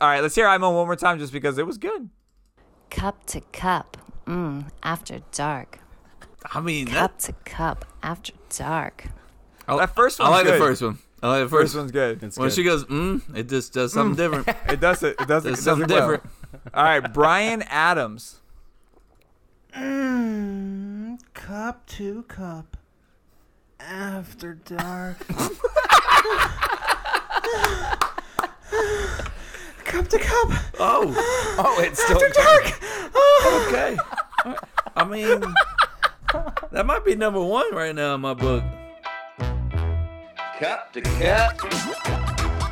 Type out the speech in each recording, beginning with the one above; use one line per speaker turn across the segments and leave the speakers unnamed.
All right, let's hear I'm on one more time just because it was good.
Cup to cup, mm, after dark.
I mean, that,
Cup to cup, after dark.
that first
I
one.
like the first one. I like the
First
first, one.
one's good.
When she goes, mm, it just does something different. It
It does it. It does it.
does
does
something
it well.
different.
All right, Brian Adams.
Mmm, Cup to cup. After dark. cup to cup.
Oh,
Oh, it's still
Dark.
okay. I mean, that might be number one right now in my book.
cup to cup.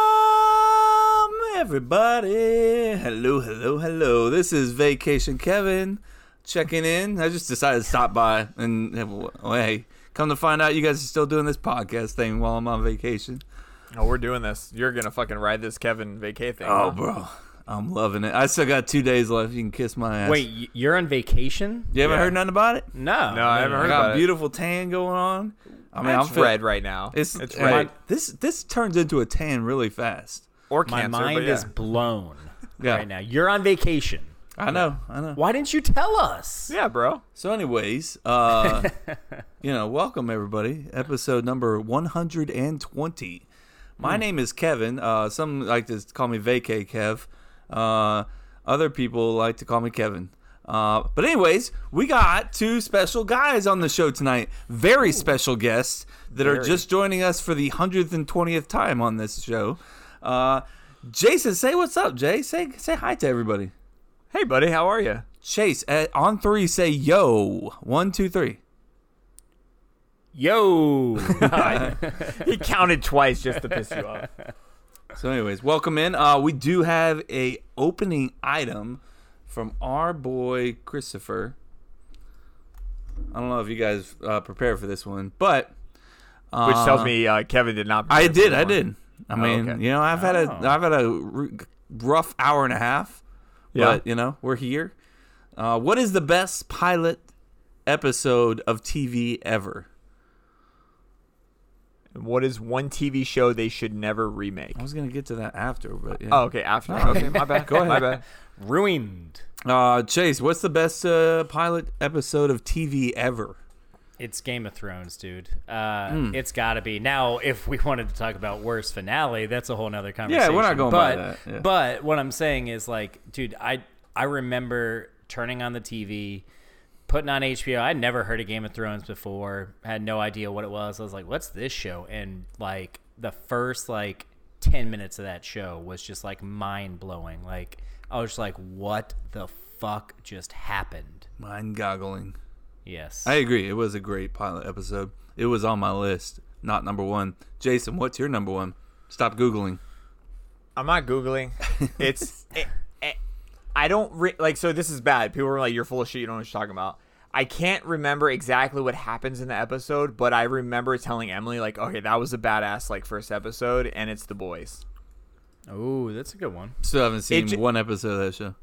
Welcome, everybody. Hello, hello, hello. This is Vacation Kevin checking in. I just decided to stop by and, well, hey, come to find out you guys are still doing this podcast thing while I'm on vacation.
Oh, we're doing this. You're gonna fucking ride this Kevin vacay thing. huh?
Oh, bro. I'm loving it. I still got two days left. You can kiss my ass.
Wait, y- you're on vacation?
you haven't
yeah.
heard nothing about it?
No.
no, I haven't
I
heard
got a
about it.
beautiful tan going on. I mean,
It's
I'm feel-
red right now.
It's,
it's
my-
red
this this turns into a tan really fast.
or
My
cancer. but
mind
yeah.
is blown
Yeah,
right now. You're on vacation.
I know, I know.
Why didn't you tell us?
Yeah, bro.
So, anyways, uh, you know, welcome everybody. Episode number 120. My
Hmm.
name is Kevin. Uh, some like to call me Vacay Kev. Uh, other people like to call me Kevin. Uh, but anyways, we got two special guys on the show tonight. Very special guests that are just joining us for the hundredth and twentieth time on this show. Uh, Jason, say what's up, Jay. Say say hi to everybody.
Hey, buddy, how are you?
Chase, uh, on three, say yo. One, two, three.
Yo.
he counted twice just to piss you off.
So, anyways, welcome in. Uh, we do have a opening item from our boy Christopher. I don't know if you guys uh, prepared for this one, but
Which tells me uh, Kevin did not. prepare
I
for
did.
that
I
one. Oh,
did. I mean,
okay. Oh.
you know, I've had a I've had a r- rough hour and a half,
Yeah.
but you know, we're here. Uh, what is the best pilot episode of TV ever?
What is one TV show they should never remake?
I was gonna get to that after, but yeah.
Oh, okay. After. Okay, my bad. Go ahead. My bad.
Ruined.
Uh, Chase, what's the best uh, pilot episode of TV ever?
It's Game of Thrones, dude. Uh,
Hmm.
It's got to be. Now, if we wanted to talk about worst finale, that's a whole nother conversation.
we're not going by
but,
that, yeah.
But what I'm saying is, like, dude, I I remember turning on the TV, putting on HBO. I'd never heard of Game of Thrones before. Had no idea what it was. I was like, "What's this show?" And like the first like ten minutes of that show was just like mind blowing. Like I was just like, "What the fuck just happened?"
Mind goggling.
Yes.
I agree. It was a great pilot episode. It was on my list, not number one. Jason, what's your number one? Stop Googling.
I'm not googling. It's it, it, I don't re- like. So this is bad. People were like, "You're full of shit. You don't know what you're talking about." I can't remember exactly what happens in the episode, but I remember telling Emily like, "Okay, that was a badass like first episode, and it's the boys."
oh, that's a good one.
Still haven't seen
j-
one episode of that show.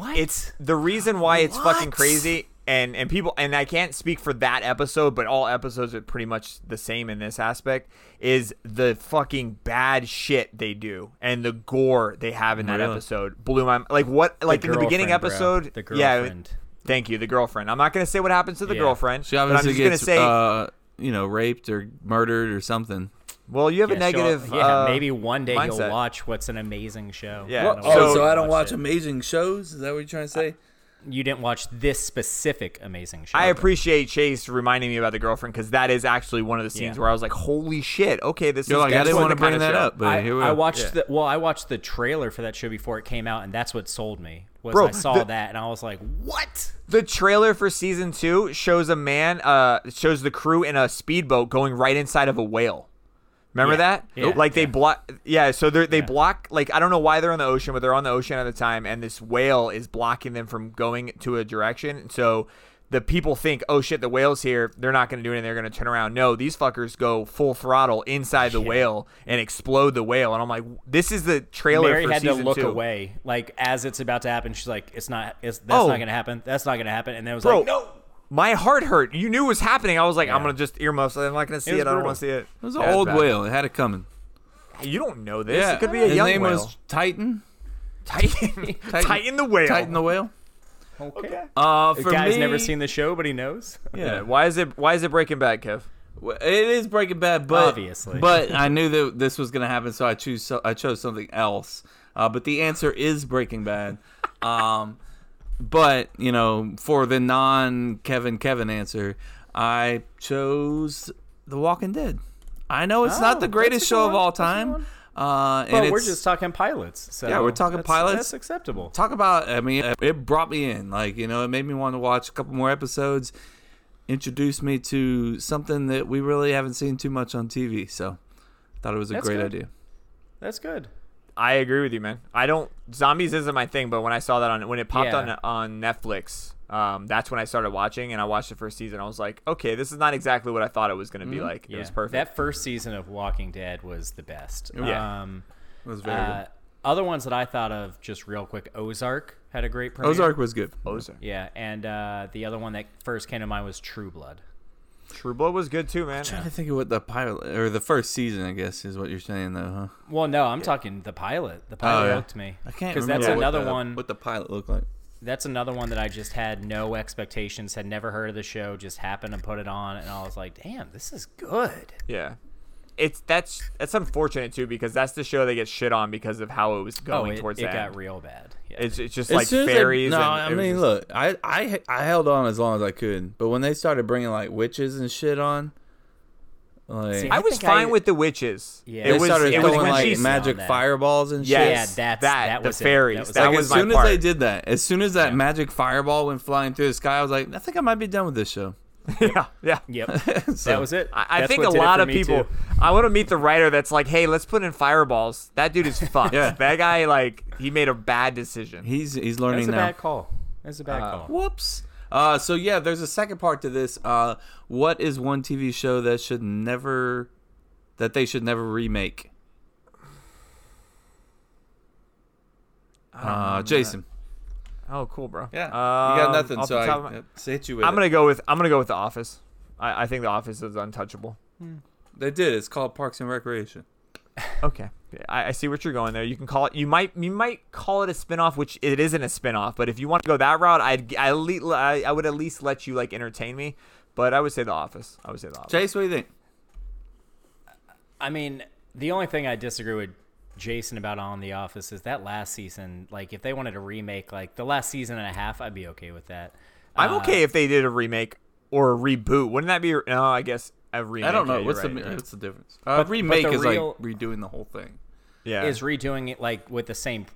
What? It's the reason why it's fucking
What?
crazy. And, and people and I can't speak for that episode, but all episodes are pretty much the same in this aspect. Is the fucking bad shit they do and the gore they have in that
Really?
episode blew my like what like in the beginning
girlfriend, bro.
episode
The girlfriend.
Yeah, thank you, the girlfriend. I'm not gonna say what happens to the
Yeah.
girlfriend.
She
but I'm
obviously
just gonna
gets,
say,
uh, you know, raped or murdered or something.
well, you have a
Yeah, show up-
negative.
yeah,
uh,
maybe one day
mindset.
you'll watch what's an amazing show.
Yeah.
I don't
Well,
know
oh,
why
so
you it.
amazing shows? Is that what you're trying to say?
You didn't watch this specific amazing show.
I appreciate Chase reminding me about the girlfriend because that is actually one of the scenes
Yeah.
where I was like, holy shit, okay, this
You're
is
like, I
that's
didn't
what
want to
the kind
bring
of
that
show-
up, but
I,
here we are.
I watched the well, I watched the trailer for that show before it came out, and that's what sold me. Was
Bro,
I saw
the-
that and I was like, "What?"
The trailer for season two shows a man, uh, shows the crew in a speedboat going right inside of a whale. Remember
Yeah.
that?
Yeah.
Like they block, yeah. So they they block. Like I don't know why they're on the ocean, but they're on the ocean at the time, and this whale is blocking them from going to a direction. So the people think, oh shit, the whale's here. They're not going to do anything. They're going to turn around. No, these fuckers go full throttle inside the whale and explode the whale. And I'm like, this is the trailer
Mary
for
had to
season
look
two.
away, like as it's about to happen. She's like, "It's not. It's that's
Oh.
not gonna happen. That's not gonna happen." And then it was
Bro,
like, "No."
My heart hurt. You knew it was happening. I was like, I'm going to just earmuffs. I'm not going to see it.
was
I don't
brutal.
want to see it.
It was an old
bad.
whale. It had it coming.
You don't know this.
yeah,
It could be a
His
young
name
whale.
was Titan.
Titan, Titan the whale.
Titan the whale.
Okay.
Uh,
The
for
guy's
me,
never seen the show, but he knows.
yeah. Why is it? Why is it Breaking Bad, Kev?
Well, It is Breaking Bad, but
Obviously.
but I knew that this was gonna happen, so I choose so, I chose something else. Uh, but the answer is Breaking Bad. Um, but you know, for the non Kevin Kevin answer, I chose The Walking Dead. I know it's
Oh,
not the
that's a
greatest
good
show of
one.
all
That's a good
time.
one.
Uh, and
But we're
it's-
just talking pilots. So
Yeah, we're talking
that's-
pilots.
That's acceptable.
talk about i mean it- it brought me in like you know it made me want to watch a couple more episodes introduced me to something that we really haven't seen too much on tv so thought it was a
That's
great
good.
idea
That's good.
I agree with you, man. I don't zombies isn't my thing, but when I saw that on when it popped
Yeah.
on on Netflix, um, that's when I started watching, and I watched the first season. I was like, okay, this is not exactly what I thought it was going to be like. It was perfect.
That first season of Walking Dead was the best.
Yeah.
Um,
Oh, it was very
uh, other ones that I thought of, just real quick, Ozark had a great
good
premiere.
ozark was good
Ozark.
Yeah, and uh, the other one that first came to mind was True Blood.
True Blood was good too, man.
i think of what the pilot or the first season i guess is what you're saying though huh
Well, no, I'm talking the pilot. The pilot
Oh, yeah.
hooked me.
i can't because
because that's another one.
what the pilot looked like
That's another one that I just had no expectations, had never heard of the show, just happened to put it on, and I was like, "Damn, this is good."
Yeah, it's that's that's unfortunate too because that's the show that gets shit on because of how it was
Oh,
going
it,
towards
it
that.
got real bad. Yeah.
It's it's just
As
like
soon as they-
fairies.
no,
and
I
it was
mean,
just-
look, I, I I held on as long as I could, but when they started bringing like witches and shit on, like
See,
I
I
was
think
fine
I-
with the witches.
Yeah.
it
they
was
started
it was
throwing
when
like
she's
magic
on that.
fireballs and shit.
Yes,
Yeah, that's-
that,
that
the
was it. That
fairies.
was
that
it.
like
was
as soon
my
as
part.
they did that, as soon as that magic fireball went flying through the sky, I was like, I think I might be done with this show.
yeah, yeah.
yep,
So,
that was it.
I, I
That's
think
what
a
did it
lot
for
of
me,
people.
too.
I want to meet the writer that's like, "Hey, let's put in fireballs." That dude is fucked.
Yeah.
That guy, like, he made a bad decision.
He's he's
That's
learning
a
now.
bad call. That's a bad call.
Whoops. Uh, so yeah, there's a second part to this. Uh, what is one TV show that should never, that they should never remake? Uh, Jason.
oh, cool, bro.
Yeah, you got
Um,
nothing.
off
So
the
I
top of my-
uh, hit you with.
I'm
it.
gonna go with I'm gonna go with The Office. I, I think The Office is untouchable.
They did. It's called Parks and Recreation.
Okay, I, I see what you're going there. You can call it. You might you might call it a spinoff, which it isn't a spinoff. But if you want to go that route, I'd I, le- I I would at least let you like entertain me. But I would say The Office. I would say The Office.
Jace, what do you think?
I mean, the only thing I disagree with Jason about on The Office is that last season. Like, if they wanted to remake like the last season and a half, I'd be okay with that.
I'm
Uh,
okay if they did a remake or a reboot. Wouldn't that be? No, I guess a remake.
I don't know.
yeah,
What's
you're
the
right.
what's the difference? Uh,
but
remake
the
is
real-
like redoing the whole thing.
Yeah.
Is redoing it like with the same?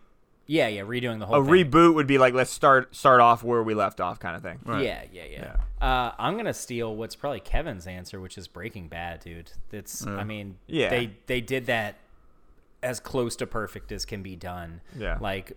Yeah, yeah, redoing the whole.
a
thing.
reboot would be like let's start start off where we left off kind of thing.
Right.
Yeah, yeah, yeah. Uh, I'm gonna steal what's probably Kevin's answer, which is Breaking Bad, dude. That's I mean,
Uh, Yeah.
they they did that as close to perfect as can be done.
Yeah.
like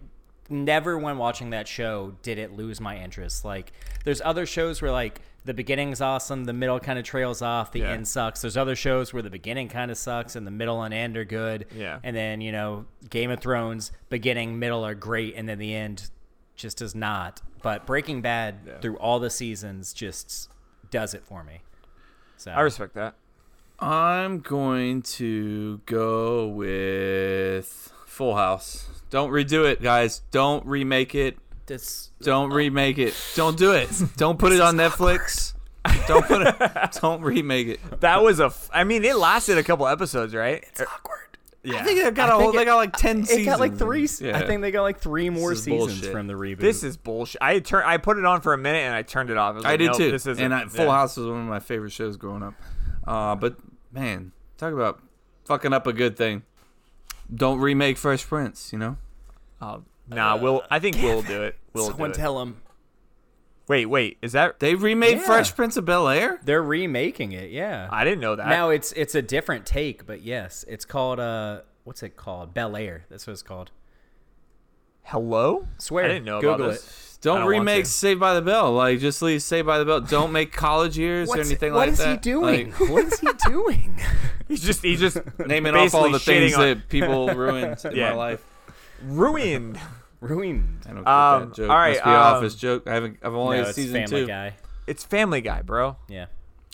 never when watching that show did it lose my interest. Like, there's other shows where like the beginning's awesome, the middle kind of trails off, the
Yeah.
end sucks. There's other shows where the beginning kind of sucks and the middle and end are good.
Yeah.
and then you know Game of Thrones, beginning, middle are great, and then the end just does not. But Breaking Bad through all the seasons just does it for me. So
I respect that.
I'm going to go with Full House. Don't redo it, guys. Don't remake it.
this
Don't remake it. Don't do it. Don't put it on Netflix. Don't put it. Don't remake it.
That was a. F- I mean, it lasted a couple episodes, right? It's awkward. Yeah.
I think they got a whole. they got like ten seasons.
it got like three.
Yeah.
I think they got like three more
is
seasons
bullshit.
from the reboot.
this is bullshit. I turn. I put it on for a minute and I turned it off. was
I
like,
did
nope,
too.
This isn't.
and I, Full
yeah.
House was one of my favorite shows growing up. Uh, but man, talk about fucking up a good thing. Don't remake Fresh Prince. You know.
Oh, nah, we'll. I think we'll do it. We'll do
someone
it.
tell him
wait, wait. Is that?
They remade
Yeah.
Fresh Prince of Bel Air.
they're remaking it. Yeah.
I didn't know that.
now it's it's a different take, but yes, it's called uh what's it called? Bel Air. That's what it's called.
Hello.
Swear.
I didn't know
Google
about
it.
this.
Don't,
I don't want
remake
to.
Saved by the Bell. Like just leave Saved by the Bell. Don't make college years or anything
what
like
is
that.
he doing?
Like,
what is he doing?
He's just he's just
naming off all
basically
the things
shitting on-
that people ruined in
Yeah.
my life.
ruined.
Ruined.
I don't get
Um,
that joke.
all right,
Must be an
um,
office joke. I haven't. I've only
No,
had
it's
season
Family
two.
Guy.
It's Family Guy, bro.
Yeah.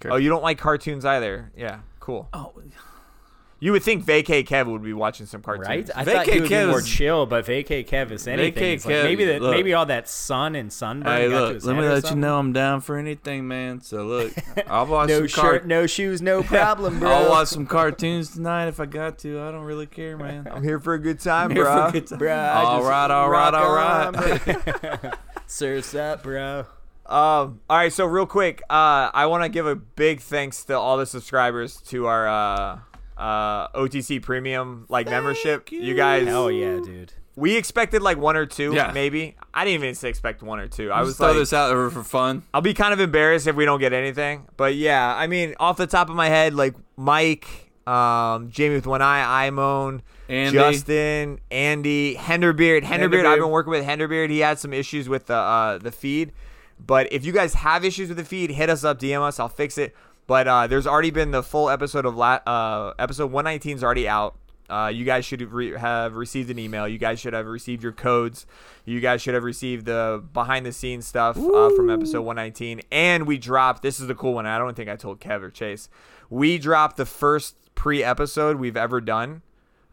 Oh, you don't like cartoons either. Yeah, cool.
Oh,
You would think Vacay Kev would be watching some cartoons.
Right? I
Vacay
thought he would be
Kev
more
is-
chill, but Vacay Kev is anything.
Vacay
It's like
Kev,
maybe that
look.
maybe all that sun and sunburn
hey,
got to
look.
his
Let
head
me
or
let you
something.
know I'm down for anything, man. So look, I'll watch
No
some
shirt,
cart-
no shoes, no problem, bro.
I'll watch some cartoons tonight if I got to. I don't really care, man.
I'm here for a good time,
Here for
bro.
good time.
Bruh, I
All
just
right, all right,
rock
all
on,
right.
Surf's up, bro.
Um, all right, so real quick, uh, I want to give a big thanks to all the subscribers to our uh, uh, OTC Premium like membership. You, guys,
Hell yeah, dude.
we expected like one or two,
Yeah.
maybe. I didn't even expect one or two. I
I'll
was
just throw
like,
this out there for fun.
I'll be kind of embarrassed if we don't get anything. But yeah, I mean, off the top of my head, like Mike, um, Jamie with one eye, Imone,
Andy.
Justin, Andy, Henderbeard. Henderbeard, I've
Henderbeard.
been working with Henderbeard. He had some issues with the uh, the feed. But if you guys have issues with the feed, hit us up, DM us, I'll fix it. But uh, there's already been the full episode of la- uh, episode 119 is already out. Uh, you guys should have re- have received an email. You guys should have received your codes. You guys should have received the behind the scenes stuff uh, from episode 119. And we dropped this is the cool one. I don't think I told Kev or Chase. We dropped the first pre episode we've ever done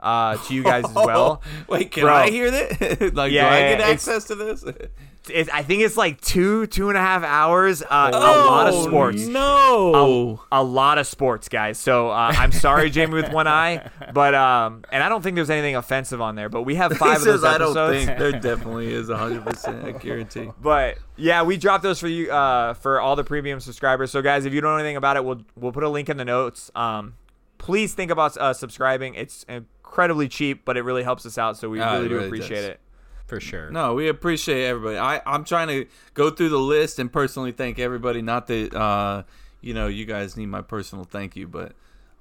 uh, to you guys as
Oh.
well.
Wait, can
Bro.
I hear that? like,
Yeah,
do I
yeah,
get
yeah.
access to this?
It, I think it's like two two and a half hours. Uh, a lot of
Oh,
sports. Um,
No.
a lot of sports, guys. So uh, I'm sorry, Jamie with one eye, but um, and I don't think there's anything offensive on there. But we have
He
five of
says
those
I
episodes.
don't think there definitely is 100. percent I guarantee.
But yeah, we dropped those for you uh, for all the premium subscribers. So guys, if you don't know anything about it, we'll we'll put a link in the notes. Um, please think about uh, subscribing. It's incredibly cheap, but it really helps us out. So we
Ah,
really
it
do
really
appreciate
does.
it.
For sure.
No, we appreciate everybody. I I'm trying to go through the list and personally thank everybody. Not that uh, you know you guys need my personal thank you, but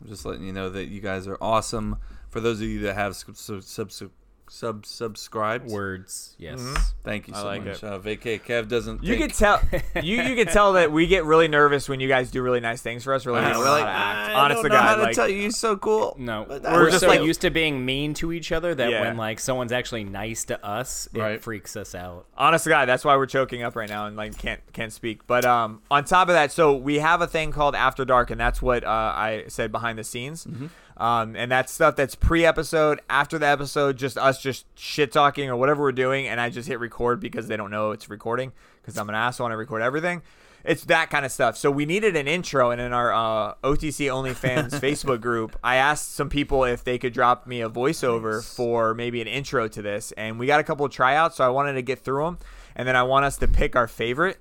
I'm just letting you know that you guys are awesome. For those of you that have sub sub sub, sub subscribed,
Words. Yes.
thank you so
like
much.
it.
Uh, Vacay Kev doesn't.
You
think-
could tell you you could tell that we get really nervous when you guys do really nice things for us. Really,
Yeah,
nice
we're like, I
honest
don't
to
know
God,
how to
like
tell you, you're so cool.
No,
But
we're,
we're
just
so
like-
used to being mean to each other that
Yeah.
when like someone's actually nice to us, it
Right.
freaks us out.
honest to god that's why we're choking up right now and like can't can't speak but um on top of that so we have a thing called after dark and that's what uh, i said behind the scenes
Mm-hmm.
um and that's stuff that's pre-episode after the episode just us just shit talking or whatever we're doing and i just hit record because they don't know it's recording because i'm an asshole and i record everything it's that kind of stuff. So we needed an intro, and in our uh, OTC OnlyFans Facebook group, I asked some people if they could drop me a voiceover for maybe an intro to this, and we got a couple of tryouts. So I wanted to get through them, and then I want us to pick our favorite.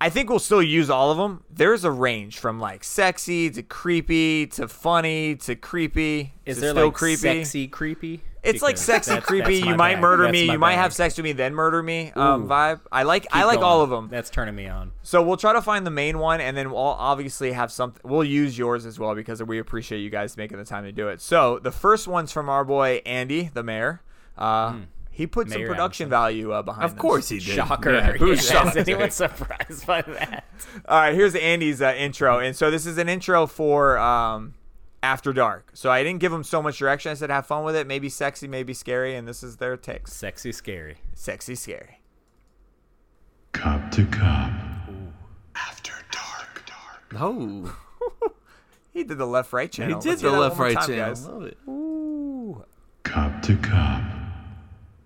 I think we'll still use all of them. There's a range from like sexy to creepy to funny to creepy.
Is
to
there
still
like
creepy?
sexy creepy?
It's like
Because
sexy,
that's-
creepy.
that's
you
my
might
bag.
murder
That's
me.
my
You might
bag.
have sex with me, then murder me. Um,
Ooh.
vibe. I like. I
Keep
like
going.
all of them.
That's turning me on.
So we'll try to find the main one, and then we'll obviously have something. We'll use yours as well because we appreciate you guys making the time to do it. So the first one's from our boy Andy, the mayor. Uh, He put some
Mayor
production value uh, behind.
Hmm. Of
this.
course he did.
Shocker.
Yeah, who's
Yes.
shocked?
Is anyone surprised by that?
All right, here's Andy's uh, intro, and so this is an intro for um, After Dark. So I didn't give him so much direction. I said, "Have fun with it. Maybe sexy, maybe scary," and this is their take:
Sexy scary.
sexy, scary.
Cop to cop. After dark. dark.
Oh,
He did the left right channel.
he did
Let's hear
the
that one
left
more
right
time,
channel.
guys.
Love it.
Cop to cop.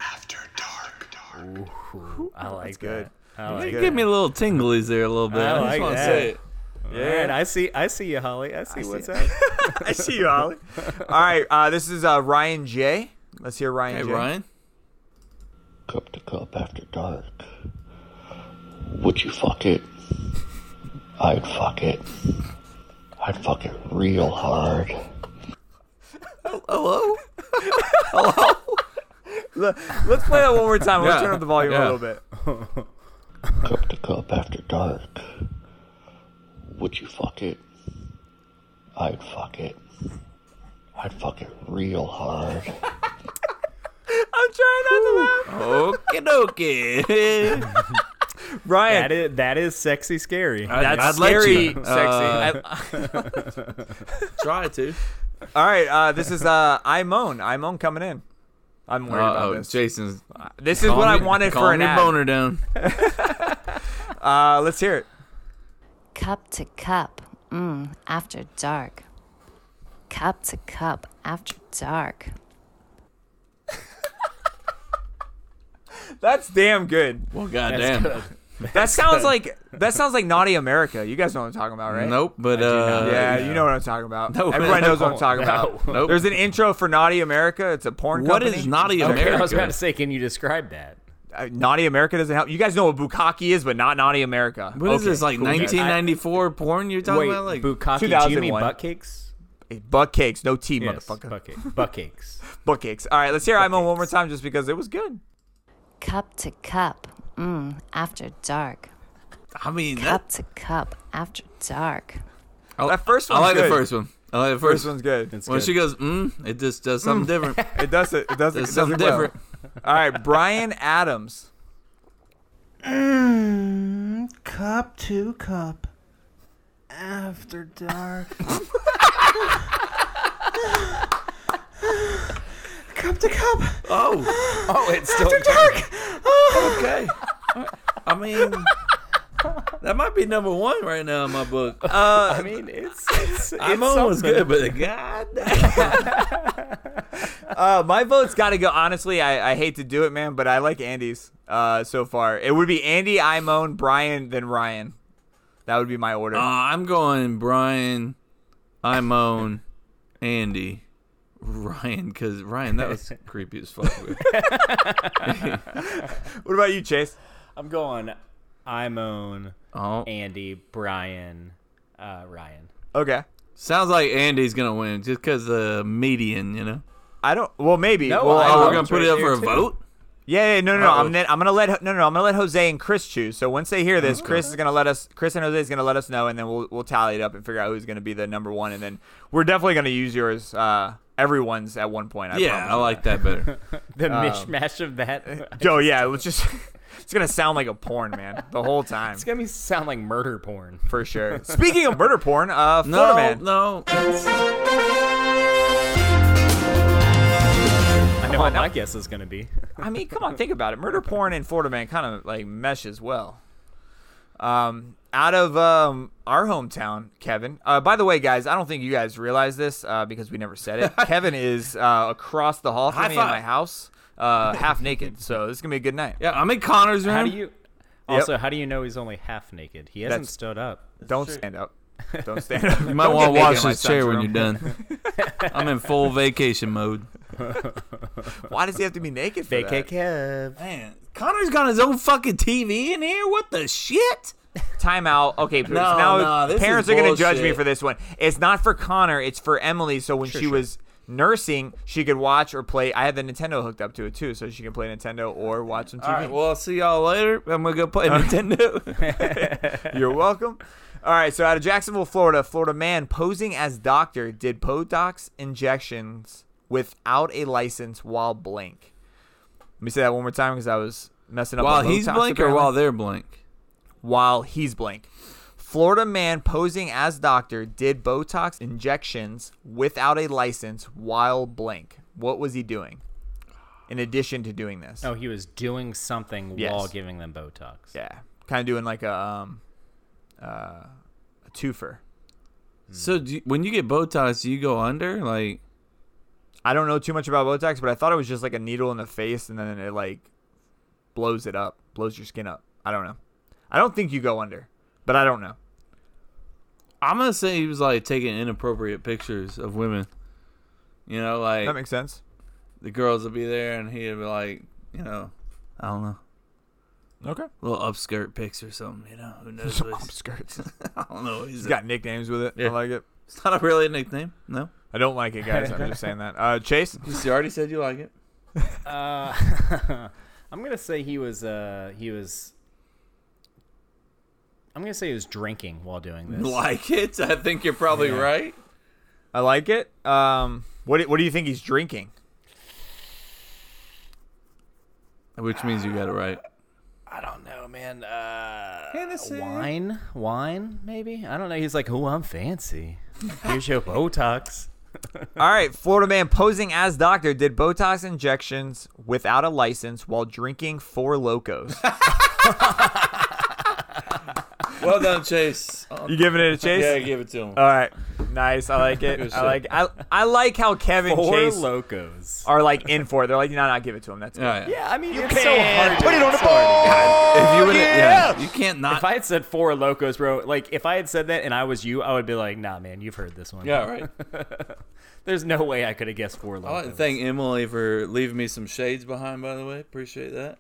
After dark. Dark.
I like
good.
that. I like
Give me a little tinglies there a little bit.
I
I,
like
just want to
that.
say it.
Yeah.
I see. I see you, Holly. I see what's up.
I see you, Ollie. All right, uh, this is uh, Ryan J. Let's hear Ryan
Hey
J.
Ryan,
cup to cup after dark. Would you fuck it? I'd fuck it. I'd fuck it real hard.
Let's play that one more time. Let's
Yeah.
turn up the volume
Yeah.
a little bit.
Cup to cup after dark. Would you fuck it? I'd fuck it. I'd fuck it real hard.
I'm trying not to laugh.
okie dokie.
Ryan.
That is that is sexy scary.
that's
I'd let
scary,
you.
sexy.
Uh,
I-
try to.
all right, uh, this is uh, I moan. I moan coming in. I'm worried about
Uh-oh,
this.
Jason's.
this is what I wanted for an
your
ad.
boner down.
Uh, let's hear it.
Cup to cup, mm, after dark. Cup to cup, after dark.
That's damn good.
Well, goddamn.
That sounds like that sounds like naughty America. You guys know what I'm talking about, right?
Nope, but uh,
Yeah, you know what I'm talking about.
No,
Everybody
I
knows what I'm
don't.
talking about.
Nope.
There's an intro for Naughty America. It's a porn
What
company.
is naughty
Okay, I was about
America?
to say, can you describe that?
Uh, naughty America doesn't help. You guys know what bukkake is, but not Naughty America.
What is this like
cool, guys.
1994 porn you're talking
Wait,
about? Like
bukkake? Do you mean
2001.
butt cakes?
Butt cakes, no tea,
Yes,
motherfucker.
butt cake- butt cakes.
Butt cakes. All right, let's hear I'm on one more time just because it was good.
Cup to cup, mm, after dark.
I mean, that,
Cup to cup, after dark.
That first
I
one's
like
good.
the first one. I like the
First
first, one.
one's good.
When she goes, mm, it just does something
Mm.
different.
It does it. It does it.
It's
does
something
it well.
different.
All right, Brian Adams.
Mmm, cup to cup. After dark. cup to cup.
Oh,
Oh, it's still Oh.
okay. I mean, that might be number one right now in my book. Uh,
I mean, it's it's, it's
I'm almost
something.
good, but God,
Uh, my vote's got to go. Honestly, I, I hate to do it, man, but I like Andy's uh, so far. It would be Andy, Imone, Brian, then Ryan. That would be my order.
Uh, I'm going Brian, I moan, Andy, Ryan, because Ryan, that was creepy as fuck.
what about you, Chase?
I'm going. I moan.
oh,
Andy, Brian, uh, Ryan.
Okay.
sounds like Andy's gonna win just because the median, you know.
I don't. Well, maybe.
No,
well,
I-
Oh,
I'll-
we're gonna put it up for a vote.
yeah, yeah, no, no, no.
Uh-oh.
I'm, then, I'm gonna let no, no, no. I'm gonna let Jose and Chris choose. So once they hear this, Chris is gonna let us. Chris and Jose is gonna let us know, and then we'll we'll tally it up and figure out who's gonna be the number one. And then we're definitely gonna use yours, uh, everyone's at one point. I
yeah,
promise
I
you
like that better.
The
Um,
mishmash of that.
Yo, yeah, let's just. It's gonna sound like a porn, man, the whole time
It's gonna be sound like murder porn.
for sure. Speaking of murder porn, uh, Florida
no,
man.
no.
I know what my guess is gonna be.
I mean, come on, think about it. Murder porn and Florida man kind of like mesh as well. Um, out of um our hometown, Kevin. Uh, by the way, guys, I don't think you guys realize this uh, because we never said it. Kevin is uh, across the hall from
High
me
five.
in my house, uh, half naked. So this is gonna be a good night.
Yeah, I'm in Connor's
Um,
room.
How do you? Also, how do you know he's only half naked? He hasn't
That's-
stood up.
Don't stand up. Don't stand up.
You might
Don't
want
get
to
naked
wash
in my
this chair
son's
when
room.
you're done. I'm in full vacation mode.
Why does he have to be naked? For that?
Kev.
Man, Connor's got his own fucking TV in here. What the shit?
timeout. Okay, so
no,
now
this
parents
is
are going to judge me
bullshit.
for this one. It's not for Connor. It's for Emily. So when she was nursing, she could watch or play. I had the Nintendo hooked up to it too, so she can play Nintendo or watch some TV.
All right, well, I'll see y'all later. I'm gonna go play Nintendo.
You're welcome. All right, so out of Jacksonville, Florida, Florida man posing as doctor did Botox injections without a license while blank. Let me say that one more time because I was messing up. on
while he's
Botox,
blank or
apparently.
while they're blank.
while he's blank. Florida man posing as doctor did Botox injections without a license while blank. What was he doing? In addition to doing this,
Oh, he was doing something
Yes.
while giving them Botox.
yeah, kind of doing like a um, uh, a twofer.
So do you, when you get Botox, do you go under? Like,
I don't know too much about Botox, but I thought it was just like a needle in the face, and then it like blows it up, blows your skin up. I don't know. I don't think you go under, but I don't know.
I'm gonna say he was like taking inappropriate pictures of women. You know, like
That makes sense.
the girls would be there and he'd be like, you know, I don't know,
Okay.
little upskirt pics or something. You know, who knows? what he's-
skirts.
I don't know. He's,
He's got nicknames with it.
Yeah.
I like it.
it's not a really a nickname. No,
I don't like it, guys. I'm just saying that. Uh, Chase,
you already said you like it.
Uh, I'm gonna say he was. Uh, he was. I'm gonna say he was drinking while doing this.
Like it? I think you're probably right.
I like it. Um, what do- what do you think he's drinking?
Which means you got it right.
I don't know, man. Uh,
Hennessy.
wine, wine, maybe. I don't know. He's like, oh, I'm fancy. Here's your Botox.
All right, Florida man posing as doctor did Botox injections without a license while drinking four locos.
Well done, Chase.
you giving it a chase?
yeah, give it to him.
All right, nice. I like
Good
it. I
shit.
like. I, I like how Kevin
Four
Chase
locos.
are like in for it. They're like, no, no, give it to him. That's it.
yeah, yeah.
Yeah, I mean, you it's so hard. to-
put it on
it's so hard to-
If you would, yeah. you can't not.
If I had said four locos, bro, like if I had said that and I was you, I would be like, nah, man, you've heard this one.
yeah, right.
There's no way I could have guessed four locos.
I want to thank Emily for leaving me some shades behind. By the way, appreciate that.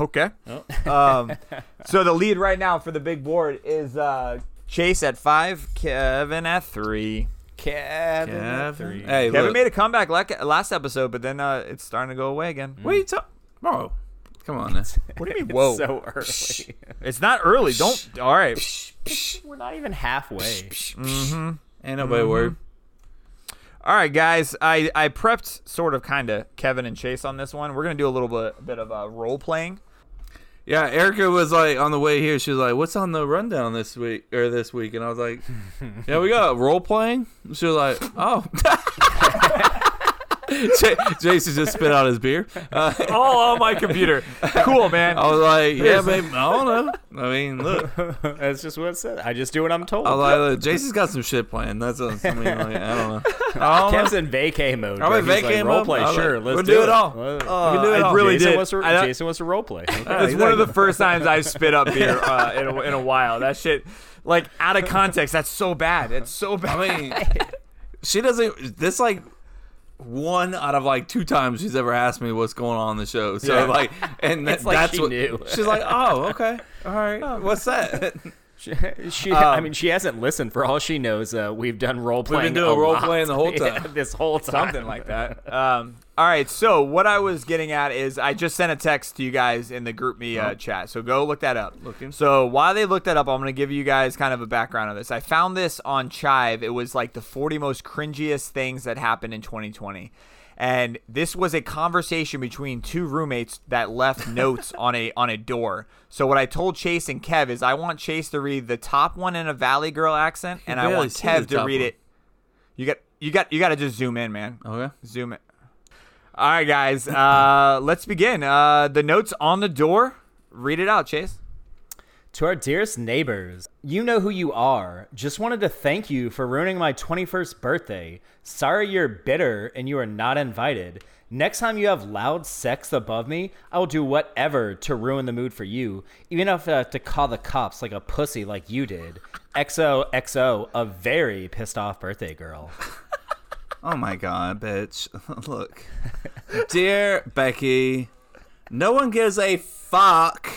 Okay.
Oh.
Um, so the lead right now for the big board is uh, Chase at five, Kevin at three.
Kevin.
Kevin. Hey,
Kevin
look.
made a comeback like last episode, but then uh, it's starting to go away again.
What are you talking, bro? Come on, now.
What do you mean?
Whoa.
Whoa,
So early.
it's not early. Don't. All right.
We're not even halfway.
Ain't nobody worried.
All right, guys. I, I prepped sort of kind of Kevin and Chase on this one. We're gonna do a little bit bit of uh, role playing.
Yeah, Erica was like on the way here. She was like, "What's on the rundown this week or this week?" And I was like, "Yeah, we got role playing." She was like, "Oh." J- Jason just spit out his beer. Uh,
All on my computer. Cool, man.
I was like, "Yeah, babe, I don't know. I mean, look,
That's just what it said. I just do what I'm told.
I was like, look, Jason's got some shit planned. That's what I mean. Like, I don't know. I don't know.
Kev's in vacay mode.
I'm
bro.
in
He's
vacay
like,
mode.
Role play,
I was
sure.
like,
let's
we'll
do,
do it
it
all.
Whoa.
can do it
Uh,
all. really
Jason
did.
Wants to,
I don't-
Jason wants to role play.
It's one of the first times I've spit up beer uh, in, a, in a while. That shit, like out of context, that's so bad. That's so bad.
I mean, she doesn't. This like one out of like two times she's ever asked me what's going on in the show. So
Yeah.
like, and that,
It's like
that's
she
what
knew.
she's like. Oh, okay, all right. What's that?
She, she- I
Um,
mean, she hasn't listened. For all she knows, uh, we've done role playing.
doing
a
role
lot.
playing the whole
Yeah,
time.
this whole time.
something like that. Um, all right, so what I was getting at is I just sent a text to you guys in the group me uh, chat. So go look that up.
Uh-huh. Looking.
So while they looked that up, I'm going to give you guys kind of a background on this. I found this on Chive. It was like the 40 most cringiest things that happened in 2020. And this was a conversation between two roommates that left notes on a on a door. So what I told Chase and Kev is I want Chase to read the top one in a Valley Girl accent, and I
barely
want
see the
Kev to
top
read
one.
it you got you got you got to just zoom in, man.
Okay.
Zoom in. All right, guys. Uh, let's begin. Uh, the notes on the door. Read it out, Chase.
To our dearest neighbors, you know who you are. Just wanted to thank you for ruining my 21st birthday. Sorry you're bitter and you are not invited. Next time you have loud sex above me, I will do whatever to ruin the mood for you, even if I have to call the cops like a pussy like you did. XOXO, a very pissed off birthday girl.
Oh my god, bitch! Look, dear Becky, no one gives a fuck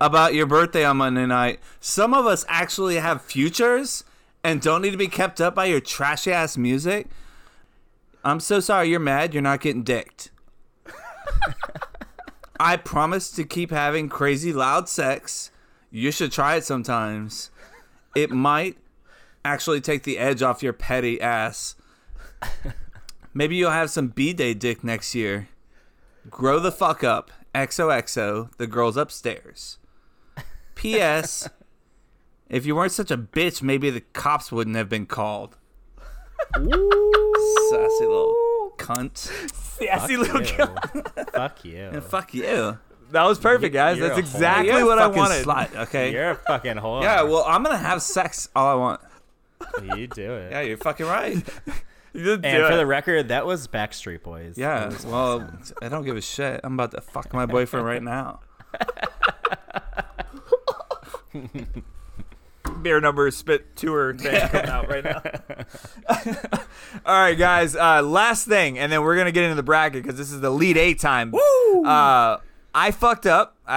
about your birthday on Monday night. Some of us actually have futures and don't need to be kept up by your trashy ass music. I'm so sorry you're mad you're not getting dicked. I promise to keep having crazy loud sex. You should try it sometimes. It might actually take the edge off your petty ass. Maybe you'll have some B Day dick next year. Grow the fuck up. XOXO, the girls upstairs. P.S. if you weren't such a bitch, maybe the cops wouldn't have been called. Sassy little cunt.
Sassy
Oh,
little girl.
Fuck you.
Fuck you.
That was perfect, guys.
You're
That's
a
exactly
You're a
what I
fucking
wanted.
Slut, okay.
You're a fucking whore.
yeah, well, I'm gonna have sex all I want.
you do it.
Yeah, you're fucking right.
You just
And
do
for
it.
the record, that was Backstreet Boys.
Yeah, well, I don't give a shit. I'm about to fuck my boyfriend right now.
beer number spit tour thing coming out right now. All right, guys. Uh, last thing, and then we're gonna get into the bracket because this is the lead eight time. Woo! Uh, I fucked up. Uh,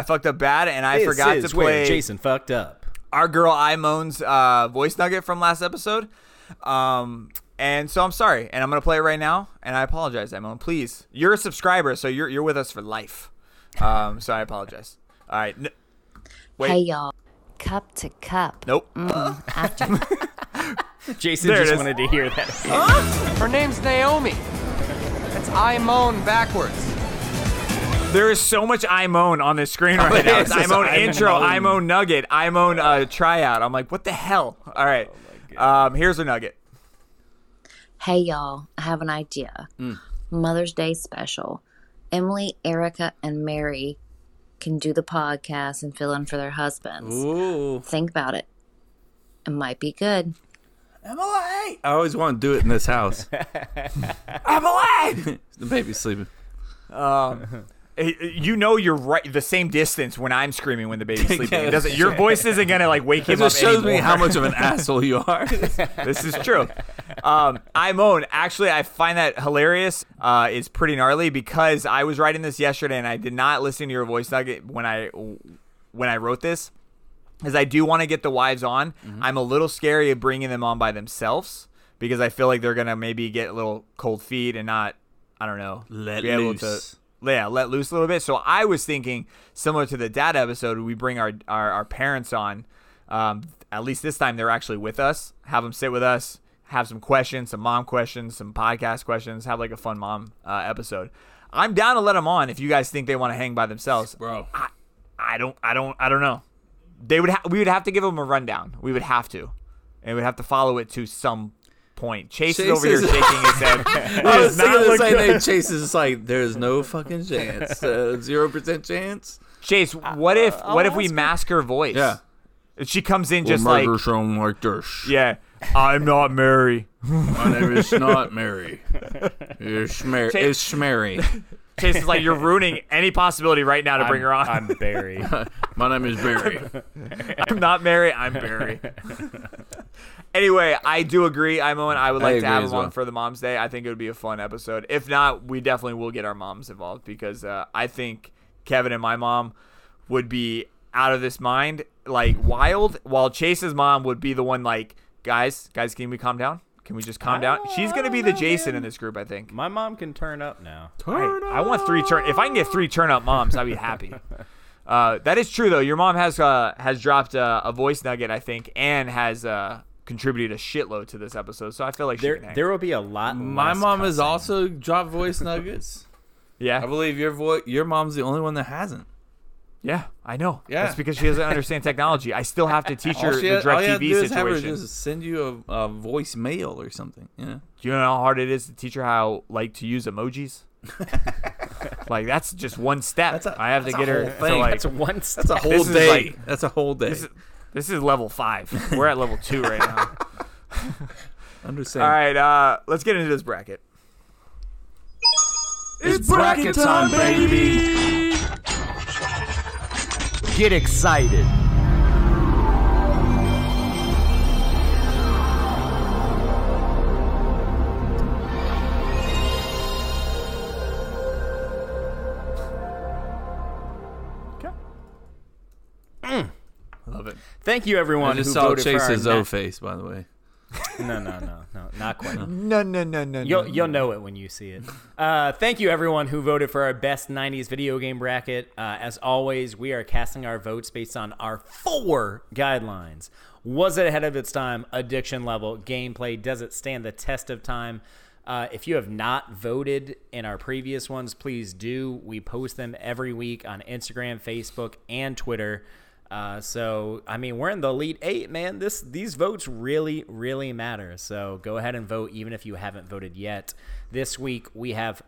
I fucked up bad, and I
This
forgot to
is where
play.
Jason fucked up.
our girl I Moan's uh, voice nugget from last episode. Um, and so I'm sorry, and I'm gonna play it right now. And I apologize, I Moan. Please, you're a subscriber, so you're you're with us for life. Um, so I apologize. All right, N- Wait.
Hey y'all. Cup to cup.
nope.
Jason
There it
just
is.
wanted to hear that.
Her name's Naomi. That's I moan backwards.
There is so much I moan on this screen right now. It's
It's just
I moan
I
intro,
moan.
I moan nugget, I moan uh, tryout. I'm like, what the hell? All right. um, here's a nugget.
Hey y'all, I have an idea. Mother's Day special. Emily, Erica, and Mary can do the podcast and fill in for their husbands.
Ooh.
Think about it. It might be good.
Emily! I always want to do it in this house. Emily! the baby's sleeping.
Eh, eh, You know you're right the same distance when I'm screaming when the baby's sleeping. It
that's
doesn't your voice isn't gonna like wake him
It
up.
just shows me
anymore.
how much of an asshole you are.
this is true. Um, I moan. Actually, I find that hilarious. Uh, is pretty gnarly because I was writing this yesterday and I did not listen to your voice nugget when I when I wrote this, because I do want to get the wives on.
Mm-hmm.
I'm a little scary of bringing them on by themselves because I feel like they're gonna maybe get a little cold feet and not, I don't know,
Let
be able
loose.
to yeah, let loose a little bit. So I was thinking, similar to the dad episode, we bring our our, our parents on. Um, at least this time, they're actually with us. Have them sit with us. Have some questions, some mom questions, some podcast questions. Have like a fun mom uh, episode. I'm down to let them on if you guys think they want to hang by themselves.
Bro.
I, I don't, I don't, I don't know. They would, ha- we would have to give them a rundown. We would have to, and we'd have to follow it to some point. Chase, is
Chase
over here
is-
shaking his head. It
I
does
was
not
thinking the
look
same
good.
thing. Chase is just like, there's no fucking chance. Uh, Zero percent chance.
Chase,
Uh,
what if
oh,
what if we mask her voice?
Yeah.
And She comes in just like
someone like this.
yeah. I'm not Mary.
My name is not Mary. It's Mary.
Chase-
It's Mary.
Chase is like you're ruining any possibility right now to bring her on.
I'm Barry.
My name is Barry.
I'm not Mary. I'm Barry. anyway, I do agree, Imo, and I would
I
like to
agree
have
as
him
well.
on for the Mom's Day. I think it would be a fun episode. If not, we definitely will get our moms involved because uh, I think Kevin and my mom would be out of this mind, like wild, while Chase's mom would be the one like, guys, guys, can we calm down? Can we just calm down?
don't-
She's
I
gonna
don't
be the
know,
Jason
man.
in this group, I think.
My mom can turn up now.
I want three turn. If I can get three turn up moms, I'd be happy. Uh, that is true though. Your mom has uh, has dropped uh, a voice nugget, I think, and has uh, contributed a shitload to this episode. So I feel like she can
There,
hang.
there will be a lot.
My
less
mom has
cussing.
also dropped voice nuggets.
yeah,
I believe your vo- your mom's the only one that hasn't.
yeah, I know.
Yeah.
that's because she doesn't understand technology. I still have to teach her
All, she
the
has, all you have to
Directv
do is have her
situation.
just send you a, a voicemail or something. You know?
Do you know how hard it is to teach her how like to use emojis? like that's just one step.
That's a-
I have to
that's a
get her
whole
to,
thing.
like.
That's one. Step.
That's a whole
This is
day.
like-
That's a whole day.
this is- this is level five. We're at level two right now.
I'm just saying.
All right, uh, let's get into this bracket.
It's bracket time, baby.
Get excited.
Love it.
Thank you, everyone
I just
who
saw
voted
Chase's
for our
O
na-
face, by the way.
No, no, no, no, not quite.
No, no, no, no.
You'll, you'll know it when you see it. Uh, thank you, everyone who voted for our best 90s video game bracket. Uh, as always, we are casting our votes based on our four guidelines Was it ahead of its time? Addiction level, gameplay, does it stand the test of time? Uh, if you have not voted in our previous ones, please do. We post them every week on Instagram, Facebook, and Twitter. Uh, so I mean, we're in the lead eight, man. This these votes really, really matter. So go ahead and vote, even if you haven't voted yet. This week we have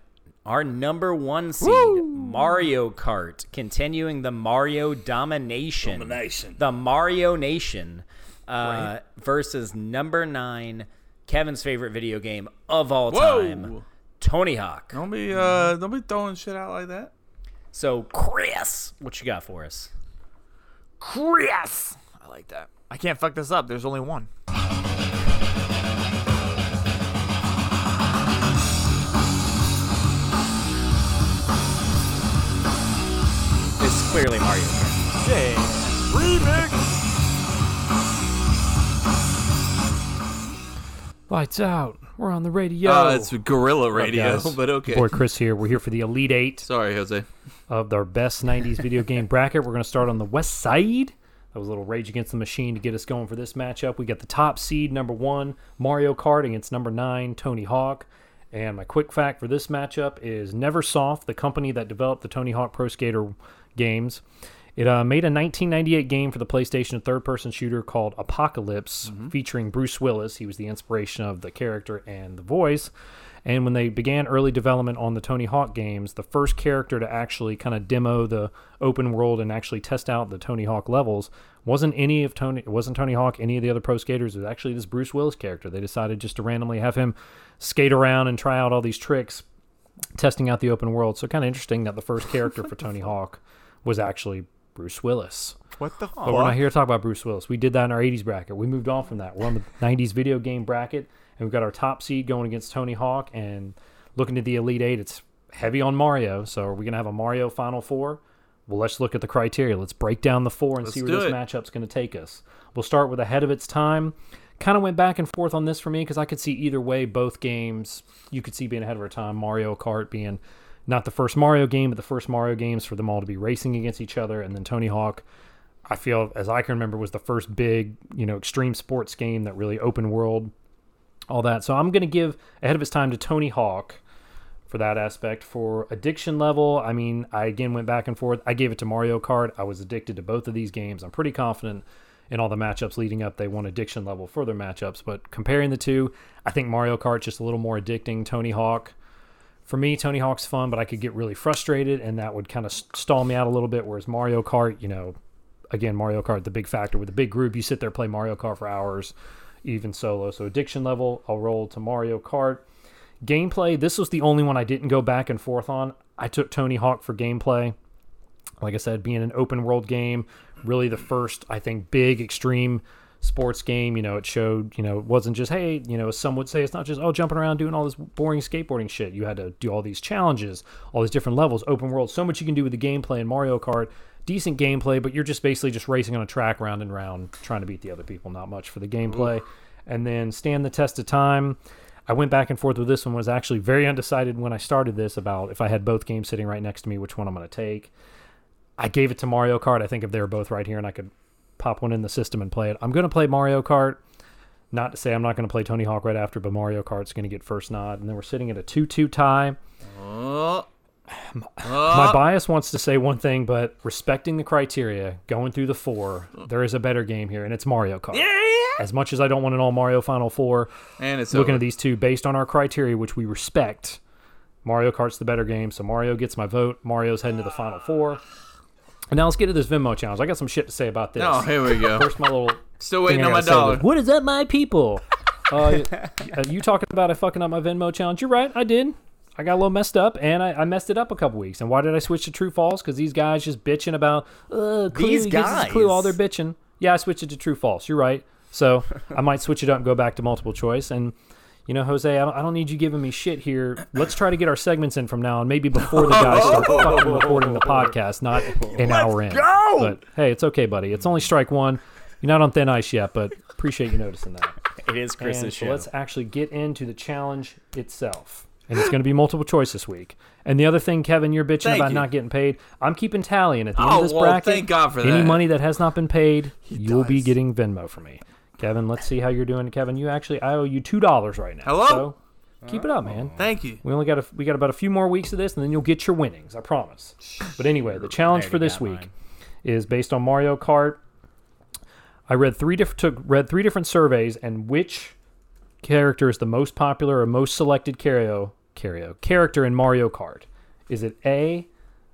our number one seed, Mario Kart, continuing the Mario domination, domination, the Mario Nation, uh, versus number nine, Kevin's favorite video game of all
Whoa.
time, Tony Hawk.
Don't be uh, don't be throwing shit out like that.
So Chris, what you got for us?
Chris. I like that. I can't fuck this up. There's only one.
It's clearly Mario. Kart.
Yay. Remix.
Lights out. We're on the radio.
Uh, it's Gorilla Radio,
guys.
but okay.
Boy, Chris here. We're here for the Elite Eight
Sorry, Jose.
of our best 90s video game bracket. We're going to start on the West Side. That was a little Rage Against the Machine to get us going for this matchup. We got the top seed, number one, Mario Kart against number nine, Tony Hawk. And my quick fact for this matchup is Neversoft, the company that developed the Tony Hawk Pro Skater games. It uh, made a 1998 game for the PlayStation, a third-person shooter called Apocalypse, featuring Bruce Willis. He was the inspiration of the character and the voice. And when they began early development on the Tony Hawk games, the first character to actually kind of demo the open world and actually test out the Tony Hawk levels wasn't any of Tony. It wasn't Tony Hawk. Any of the other pro skaters. It was actually this Bruce Willis character. They decided just to randomly have him skate around and try out all these tricks, testing out the open world. So kind of interesting that the first character for Tony Hawk was actually Bruce Willis.
What the
But we're not
fuck?
here to talk about Bruce Willis. We did that in our 80s bracket. We moved on from that. We're on the 90s video game bracket, and we've got our top seed going against Tony Hawk. And looking at the Elite Eight, it's heavy on Mario. So are we going to have a Mario Final Four? Well, let's look at the criteria. Let's break down the four and see where
do
this
it.
matchup's going to take us. We'll start with ahead of its time. Kind of went back and forth on this for me because I could see either way. Both games you could see being ahead of our time. Mario Kart being not the first Mario game, but the first Mario games for them all to be racing against each other, and then Tony Hawk I feel, as I can remember, was the first big, you know, extreme sports game that really open world, all that. So I'm going to give ahead of its time to Tony Hawk for that aspect. For addiction level, I mean, I again went back and forth. I gave it to Mario Kart. I was addicted to both of these games. I'm pretty confident in all the matchups leading up. They won addiction level for their matchups. But comparing the two, I think Mario Kart's just a little more addicting. Tony Hawk for me, Tony Hawk's fun, but I could get really frustrated, and that would kind of stall me out a little bit. Whereas Mario Kart, you know, again, Mario Kart, the big factor with a big group, you sit there play Mario Kart for hours, even solo. So addiction level, I'll roll to Mario Kart. Gameplay, this was the only one I didn't go back and forth on. I took Tony Hawk for gameplay like I said, being an open world game, really the first, I think, big extreme sports game. You know, it showed, you know, it wasn't just, hey, you know, some would say it's not just, oh, jumping around doing all this boring skateboarding shit. You had to do all these challenges, all these different levels, open world, so much you can do with the gameplay in Mario Kart. Decent gameplay, but you're just basically just racing on a track round and round, trying to beat the other people. Not much for the gameplay. And then stand the test of time. I went back and forth with this one. Was actually very undecided when I started this about if I had both games sitting right next to me, which one I'm going to take. I gave it to Mario Kart. I think if they were both right here and I could pop one in the system and play it, I'm going to play Mario Kart. Not to say I'm not going to play Tony Hawk right after, but Mario Kart's going to get first nod. And then we're sitting at a 2 2 tie. My bias wants to say one thing, but respecting the criteria, going through the four, there is a better game here, and it's Mario Kart. As much as I don't want an all Mario Final Four,
And it's
looking
over.
at these two based on our criteria, which we respect. Mario Kart's the better game, so Mario gets my vote. Mario's heading to the final four. And now let's get to this Venmo challenge. I got some shit to say about this.
Oh, here we go.
First, my little.
Still
thing
waiting
I
on my
gotta say was,
dollar.
What is up, my people? Uh, y- you talking about I fucking up my Venmo challenge? You're right, I did. I got a little messed up, and I, I messed it up a couple weeks. And why did I switch to true false? Because these guys just bitching about uh, clue,
These
he gives us a clue, all
guys.
their bitching. Yeah, I switched it to true false. You're right. So I might switch it up and go back to multiple choice. And you know, Jose, I don't, I don't need you giving me shit here. Let's try to get our segments in from now, and maybe before the guys start fucking recording the podcast, not an hour in.
go!
But hey, it's okay, buddy. It's only strike one. You're not on thin ice yet, but appreciate you noticing that.
It is Chris's
And so
show.
let's actually get into the challenge itself. And it's going to be multiple choice this week. And the other thing, Kevin, you're bitching
Thank
about
you.
not getting paid. I'm keeping tally, and at the end
Oh,
of this
well,
bracket,
thank God for
any
that.
money that has not been paid, you'll be getting Venmo from me. Kevin, let's see how you're doing. Kevin, you actually I owe you two dollars right now.
Hello?
So keep it up, man.
Thank you.
We only got a, we got about a few more weeks of this, and then you'll get your winnings. I promise. But anyway, the challenge for this week is based on Mario Kart. I read three different took read three different surveys, and which character is the most popular or most selected Cario Cario character in Mario Kart? Is it A,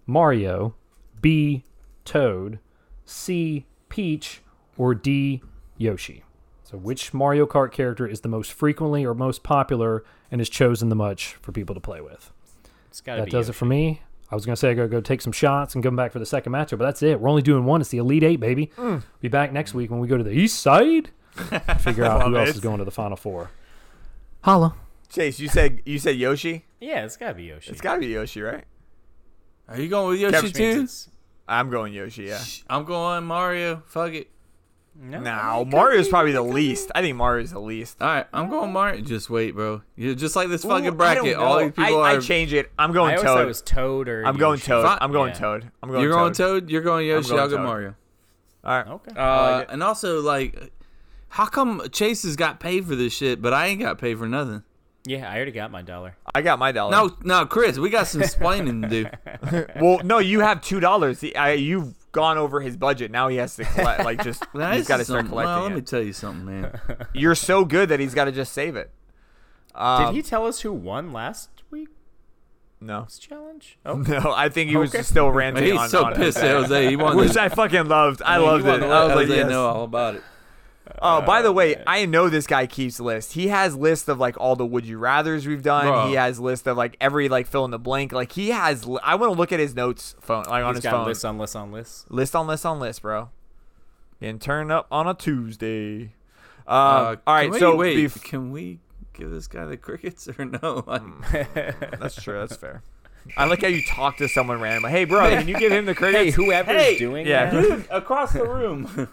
Mario, B, Toad, C, Peach, or D, Yoshi? So, which Mario Kart character is the most frequently or most popular and is chosen the much for people to play with?
It's gotta
That
be
does it for me. I was gonna say I gotta go take some shots and come back for the second matchup, but that's it. We're only doing one. It's the Elite Eight, baby. Be back next week when we go to the East Side. Figure out who else is going to the Final Four. Holla.
Chase, you said you said Yoshi.
Yeah, it's gotta be Yoshi.
It's got to be Yoshi, right?
Are you going with Yoshi
Which means
too?
it's-
I'm going Yoshi. Yeah.
I'm going Mario. Fuck it.
No,
No, Mario's probably the least. I think Mario's the least.
All right, I'm going Mario. Just wait, bro. You're just like this
Ooh, I
fucking
don't
bracket. All
know.
these people
I,
are.
I change it. I'm going
I always thought
Toad.
it was Toad or.
I'm going
Yoshi.
Toad.
Fine.
I'm going
Yeah.
Toad. I'm going.
You're
toad.
going Toad. You're going Yoshi.
going
I'll go
Toad.
Mario.
All right.
Okay.
Uh,
like it.
and also, like, how come Chase has got paid for this shit, but I ain't got paid for nothing?
yeah, I already got my dollar.
I got my dollar.
No, no, Chris, we got some explaining to do.
well, no, you have two dollars. You've gone over his budget. Now he has to collect. Like just
That
he's
is
got to start
something- well,
collecting.
let me
it.
tell you something, man.
You're so good that he's got to just save it. Um,
Did he tell us who won last week's
No,
challenge?
no. I think he was
Oh. Okay.
just still ranting.
He's
on,
so
on it.
pissed at Jose. He wanted
which
to-
I fucking loved. I
You
loved
wanted
it.
to
I
let
was like,
Jose
yes.
know all about it.
Oh, by the way, I know this guy keeps lists. He has lists of like all the would you rather's we've done.
Bro.
He has list of like every like fill in the blank. Like he has. Li- I want to look at his notes phone like on
He's
his
got
phone.
lists on lists on lists.
List on list on list, bro. And turn up on a Tuesday. Um,
Uh,
all right,
can we-
so
wait,
bef-
can we give this guy the crickets or no? Like,
that's true. That's fair. I like how you talk to someone randomly. Hey, bro, can you give him the
Hey,
credits?
whoever's
Hey,
doing
yeah.
that,
dude, across the room.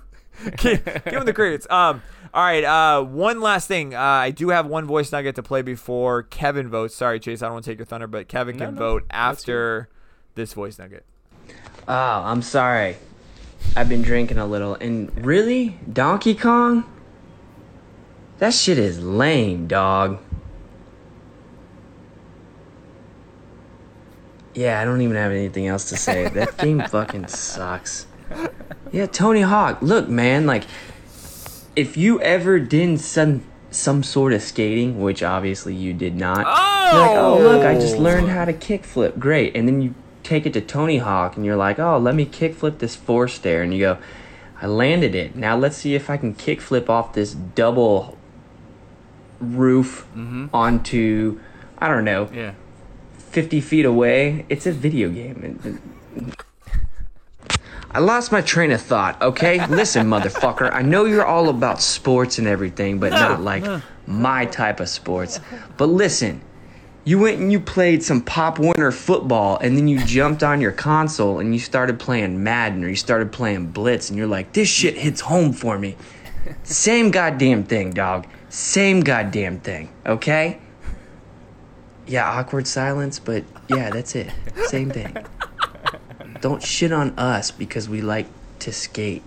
give, give him the credits. Um, all right. Uh, one last thing. Uh, I do have one voice nugget to play before Kevin votes. Sorry, Chase, I don't want to take your thunder, but Kevin can vote after this voice nugget.
Oh, I'm sorry. I've been drinking a little. And really? Donkey Kong? That shit is lame, dog. Yeah, I don't even have anything else to say. That game fucking sucks. Yeah, Tony Hawk. Look, man, like if you ever did some some sort of skating, which obviously you did not. You're like, oh look, I just learned how to kickflip. Great. And then you take it to Tony Hawk and you're like, oh, let me kickflip this four stair. And you go, I landed it. Now let's see if I can kickflip off this double roof onto, I don't know,
Mm-hmm. Yeah.
50 feet away. It's a video game. It- it- I lost my train of thought, okay? Listen, motherfucker, I know you're all about sports and everything, but not like my type of sports. But listen, you went and you played some Pop Warner football, and then you jumped on your console and you started playing Madden or you started playing Blitz, and you're like, this shit hits home for me. Same goddamn thing, dog. Same goddamn thing, okay? Yeah, awkward silence, but yeah, that's it. Same thing. Don't shit on us because we like to skate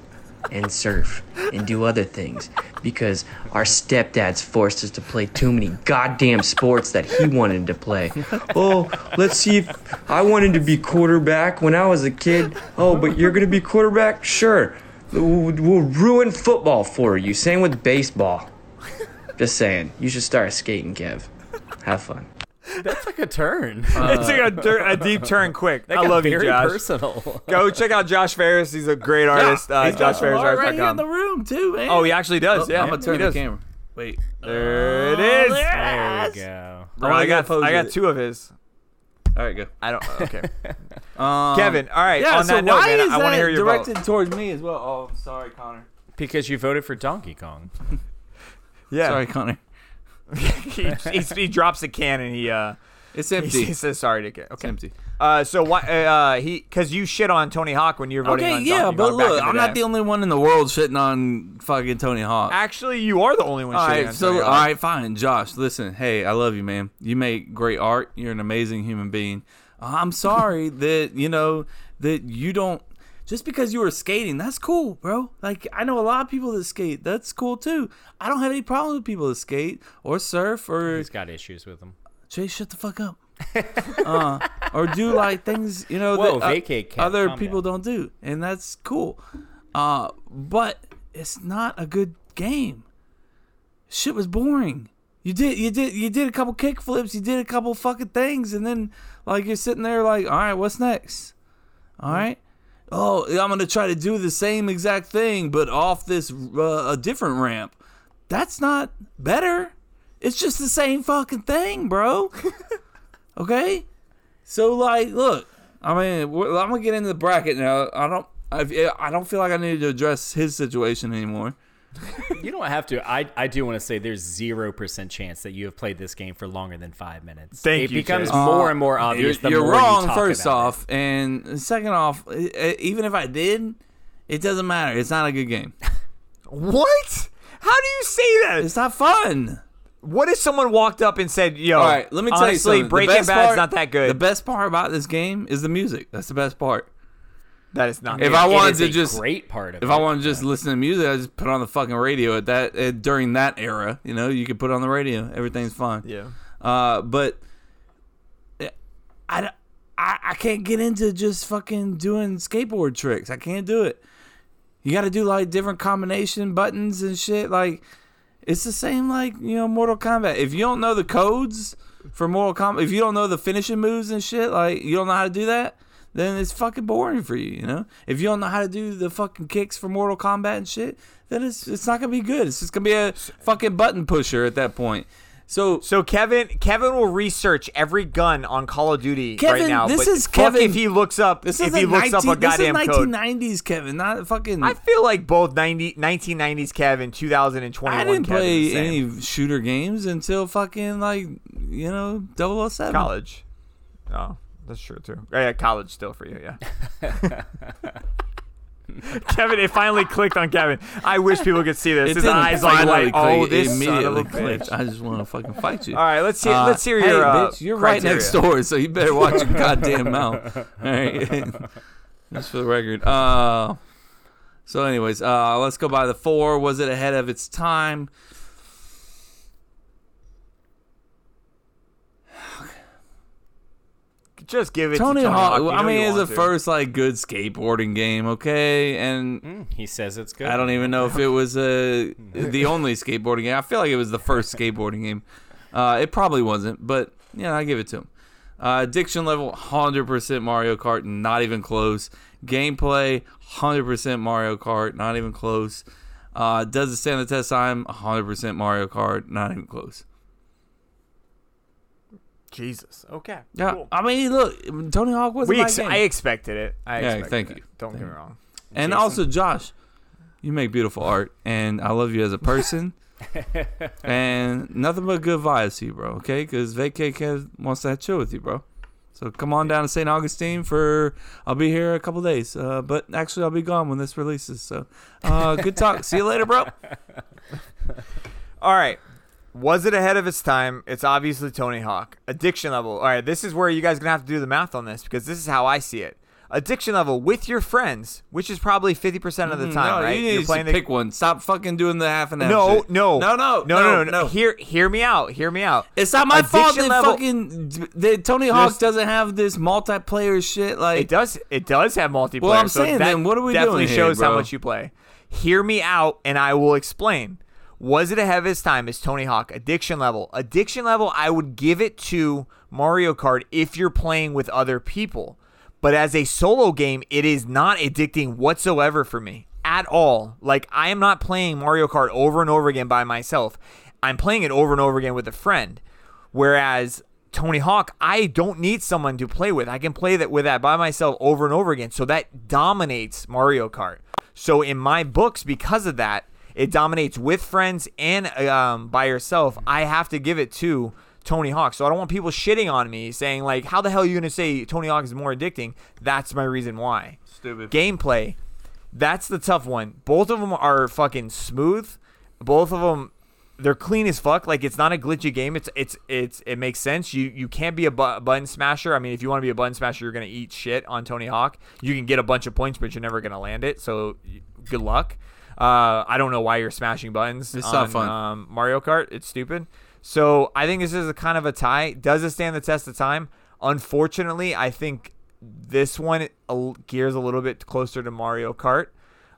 and surf and do other things because our stepdads forced us to play too many goddamn sports that he wanted to play. Oh, let's see if I wanted to be quarterback when I was a kid. Oh, but you're going to be quarterback? Sure. We'll we'll ruin football for you. Same with baseball. Just saying. You should start skating, Kev. Have fun.
that's like a turn.
it took a, dir- a deep turn quick.
That
Uh, I
got
love you,
very
Josh.
personal.
Go check out Josh Ferris. He's a great artist. uh,
He's got some art right here in
JoshFerrisArt.com.
the room too, man.
oh, he actually does. yeah,
I'm gonna turn
he
the
does.
camera. Wait,
There it is.
There we go.
Oh,
Bro, I got
Pose
I got
it.
two of his.
All right, go.
I don't. Okay,
Um,
Kevin. All right.
Yeah.
on
so
that note,
why
man,
is
I want
that
to hear your vote.
directed towards me as well? Oh, I'm sorry, Connor.
Because you voted for Donkey Kong.
Yeah,
Sorry, Connor.
he, he, he drops a can and he uh
It's
he,
empty.
he
It's
says sorry to Kevin. Okay.
empty.
Uh, so why uh, he? Because you shit on Tony Hawk when you were voting
Okay,
on
yeah,
Donkey
but
Kong back
look,
in
I'm not
day.
the only one in the world shitting on fucking Tony Hawk.
Actually, you are the only one.
all
shitting
right,
on
so
Tony
all
Hawk.
right, fine, Josh. Listen, hey, I love you, man. You make great art. You're an amazing human being. Uh, I'm sorry that you know that you don't. Just because you were skating, that's cool, bro. Like I know a lot of people that skate. That's cool too. I don't have any problem with people that skate or surf or
He's got issues with him.
Jay, shut the fuck up. uh, or do like things you know
Whoa,
that uh,
vacate, Kev,
other
calm
people don't do, and that's cool. Uh, but it's not a good game. Shit was boring. You did you did you did a couple kickflips, you did a couple fucking things, and then like you're sitting there like, all right, what's next? All
Hmm.
right. Oh, I'm gonna try to do the same exact thing, but off this uh, a different ramp. That's not better. It's just the same fucking thing, bro. okay? So like, look, I mean, we're, I'm gonna get into the bracket now. I don't, I, I don't feel like I need to address his situation anymore.
You don't have to. I, I do want to say there's zero percent chance that you have played this game for longer than five minutes.
Thank
it
you,
becomes
Chase.
more and more obvious.
Uh, You're,
the
you're
more you
wrong,
talk
first
about it.
off, and second off, e- e- even if I did, it doesn't matter. It's not a good game.
what? How do you say that?
It's not fun.
What if someone walked up and said, "Yo,
All right, let me tell you
Oh, honestly,
something. The
Breaking
best
Bad's
part-
not that
The
good.
best part about this game is the music. That's the best part.
that is not.
If
good.
I
It
wanted
is
to
a
just
great part of
If
it.
I want to just listen to music, I just put on the fucking radio at that uh, during that era. You know, you could put on the radio. Everything's fine.
yeah,
Uh, but I, don't- I, I can't get into just fucking doing skateboard tricks. I can't do it. You got to do like different combination buttons and shit. Like it's the same like you know Mortal Kombat. If you don't know the codes for Mortal Kombat, if you don't know the finishing moves and shit, like you don't know how to do that, then it's fucking boring for you. You know, if you don't know how to do the fucking kicks for Mortal Kombat and shit, then it's it's not gonna be good. It's just gonna be a fucking button pusher at that point. So
so Kevin Kevin will research every gun on Call of Duty right
Kevin,
now.
this
but
is
fuck
Kevin-
If he looks up,
This
if
isn't
he looks up a
19 this is
goddamn code,
1990s Kevin, not fucking.
I feel like both 90, 1990s Kevin, 2021
I didn't
Kevin is
play
the same.
any shooter games until fucking like you know 007
college. Oh, that's true too. Yeah, yeah, college still for you, yeah. Kevin, it finally clicked on Kevin. I wish people could see this.
It
His
didn't
eyes like,
finally
like oh,
click, it
this son of
immediately
a
clicked.
bitch.
I just want to fucking fight you.
All right, let's hear.
Uh,
let's hear
hey,
your. uh,
bitch, you're right
criteria.
next door, so you better watch your goddamn mouth. All right, just for the record. Uh, so, anyways, uh, let's go by the four. Was it ahead of its time?
Just give it
Tony
to Tony Hawk.
Hawk.
You
I
know
mean,
you
it's the
want to.
first like good skateboarding game, okay? And
he says it's good.
I don't even know if it was uh, the only skateboarding game. I feel like it was the first skateboarding game. Uh, it probably wasn't, but yeah, I give it to him. Uh, addiction level, 100% Mario Kart, not even close. Gameplay, 100% Mario Kart, not even close. Uh, does it stand the test of time? 100% Mario Kart, not even close.
Jesus. Okay.
Yeah,
Cool.
I mean, look, Tony Hawk was
We
my
ex-
game.
I expected it. I
Yeah,
expected
thank
it.
you.
Don't
Thank
get me
you.
wrong. Jason.
And also, Josh, you make beautiful art, and I love you as a person. and nothing but good vibes to you, bro. Okay, because VK Kev wants to chill with you, bro. So come on down to St. Augustine for I'll be here a couple days, uh, but actually I'll be gone when this releases. So uh, good talk. See you later, bro.
All right. Was it ahead of its time? It's obviously Tony Hawk. Addiction level. All right, this is where you guys are going to have to do the math on this because this is how I see it. Addiction level with your friends, which is probably 50% of the
Mm,
time,
no,
right?
You need to pick one. Stop fucking doing the half and half.
No,
shit.
no,
no, no,
no, no, no, no. Hear, hear me out. Hear me out.
It's not my fault
Addiction
that
level-
fucking that Tony Hawk
Just-
doesn't have this multiplayer shit. Like
It does. It does have multiplayer.
Well, I'm
so
saying
that
then, what are we
definitely
doing here,
shows how
bro?
much you play. Hear me out, and I will explain. Was it ahead of its time? Is Tony Hawk addiction level? Addiction level. I would give it to Mario Kart if you're playing with other people, but as a solo game, it is not addicting whatsoever for me at all. Like I am not playing Mario Kart over and over again by myself. I'm playing it over and over again with a friend. Whereas Tony Hawk, I don't need someone to play with. I can play that with that by myself over and over again. So that dominates Mario Kart. So in my books, because of that, it dominates with friends and um, by yourself. I have to give it to Tony Hawk. So I don't want people shitting on me saying like, "How the hell are you gonna say Tony Hawk is more addicting?" That's my reason why.
Stupid.
gameplay. That's the tough one. Both of them are fucking smooth. Both of them, they're clean as fuck. Like it's not a glitchy game. It's it's it's it makes sense. You you can't be a bu- button smasher. I mean, if you want to be a button smasher, you're gonna eat shit on Tony Hawk. You can get a bunch of points, but you're never gonna land it. So y- good luck. Uh, I don't know why you're smashing buttons.
It's
on,
not fun.
Um, Mario Kart. It's stupid. So I think this is a kind of a tie. Does it stand the test of time? Unfortunately, I think this one a- gears a little bit closer to Mario Kart.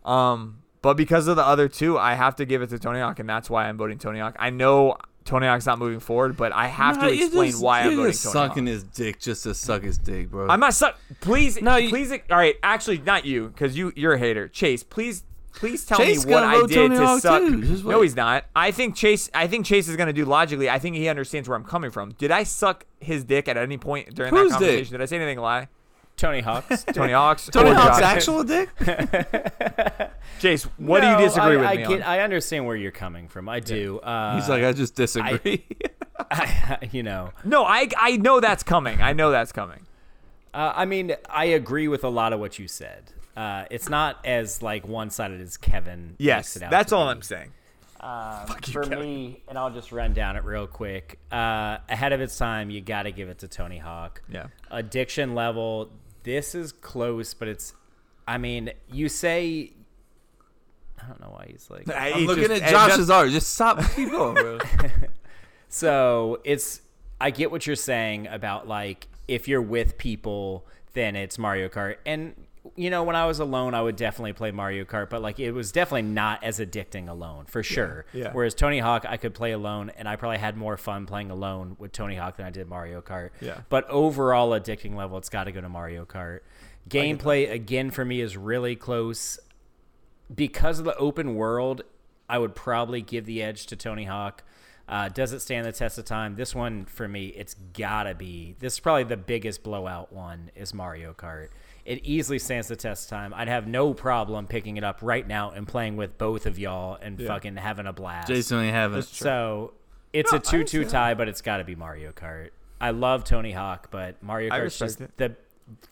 Um, but because of the other two, I have to give it to Tony Hawk, and that's why I'm voting Tony Hawk. I know Tony Hawk's not moving forward, but I have
No,
to
you're
explain
just-
why I'm
you're
voting
just
Tony
sucking
Hawk.
his dick just to suck his dick, bro.
I'm not suck. Please,
No,
no,
you-
please. All right, actually, not you, because you you're a hater. Chase, please, please tell
Chase
me what
gonna
I
vote
did
Tony
to
Hawk
suck.
too. Just
No,
wait.
he's not. I think Chase. I think Chase is gonna do logically. I think he understands where I'm coming from. Did I suck his dick at any point during
Whose
that
dick?
conversation? Did I say anything lie?
Tony Hawk's.
Tony Hawk's.
Tony
or
Hawk's
Josh.
actual dick?
Chase, what
No,
do you disagree
I,
with
I
me
get-
on?
I understand where you're coming from. I do. Uh,
He's like, I just disagree.
you know.
No, I I know that's coming. I know that's coming.
Uh, I mean, I agree with a lot of what you said. Uh, it's not as like one sided as Kevin.
Yes,
makes it out
that's
to
all
be.
I'm saying.
Um, for me, and I'll just run down it real quick. Uh, ahead of its time, you got to give it to Tony Hawk.
Yeah.
Addiction level. This is close, but it's. I mean, you say. I don't know why he's like.
I'm looking at Josh's art. Just stop. Keep going, bro.
So it's I get what you're saying about like if you're with people, then it's Mario Kart. And you know, when I was alone, I would definitely play Mario Kart, but like it was definitely not as addicting alone for sure.
yeah.
Whereas Tony Hawk, I could play alone, and I probably had more fun playing alone with Tony Hawk than I did Mario Kart.
Yeah.
But overall addicting level, it's got to go to Mario Kart. Gameplay again for me is really close because of the open world, I would probably give the edge to Tony Hawk. Uh, does it stand the test of time? This one for me, it's gotta be. This is probably the biggest blowout one is Mario Kart. It easily stands the test of time. I'd have no problem picking it up right now and playing with both of y'all and
Yeah.
fucking having a blast.
Jason, we haven't. That's true.
So it's
No,
a
I
two-two
understand.
tie, but it's got to be Mario Kart. I love Tony Hawk, but Mario
I
Kart's just
respect
the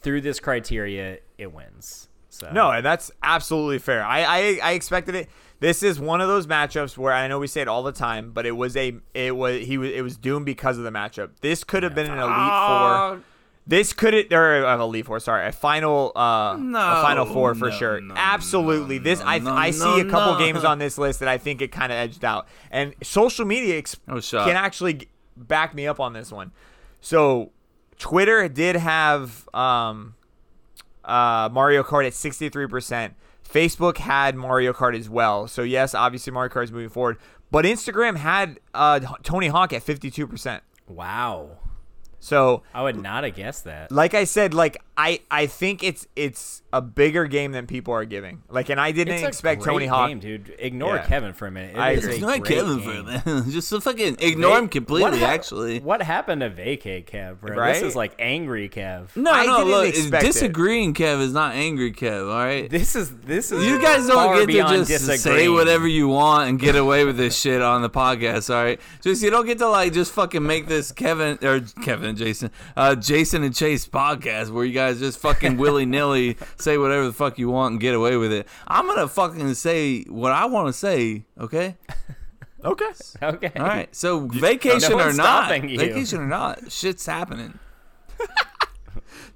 through this criteria, it wins. So
No, and that's absolutely fair. I, I I expected it. This is one of those matchups where I know we say it all the time, but it was a it was he was it was doomed because of the matchup. This could have been an elite
Ah.
four. This could it or uh, elite four. Sorry, a final uh a final
No,
four for
no,
sure. absolutely, this I I see a
no,
couple
no.
games on this list that I think it kind of edged out, and social media ex-
Oh,
shocked.
can actually g- back me up on this one. So Twitter did have um uh, Mario Kart at 63%. Facebook had Mario Kart as well. So, yes, obviously Mario Kart is moving forward. But Instagram had uh, H- Tony Hawk at 52%.
Wow.
So,
I would not have guessed that.
like I said, like I, I think it's it's a bigger game than people are giving. Like, and I didn't
It's a
expect
great
Tony Hawk,
game, dude. Ignore
Yeah.
Kevin for a minute. It
I
is a
agree.
Ignore
great
Kevin for a
game.
minute. Just to fucking ignore him
They-
completely.
what hap-
actually,
what happened to vacay Kev? Bro? This
Right?
is like angry Kev.
no,
I
no.
didn't
Look,
expect it.
disagreeing, Kev, is not angry, Kev. All right.
This is this is
You guys
far
don't get
beyond
to just say
disagreeing.
whatever you want and get away with this shit on the podcast, all right? Just you don't get to like just fucking make this Kevin or Kevin and Jason, uh, Jason and Chase podcast where you guys just fucking willy nilly say whatever the fuck you want and get away with it. I'm gonna fucking say what I want to say, okay?
Okay.
Okay.
All right. So vacation
no
or
one's
not,
stopping you.
vacation or not, shit's happening.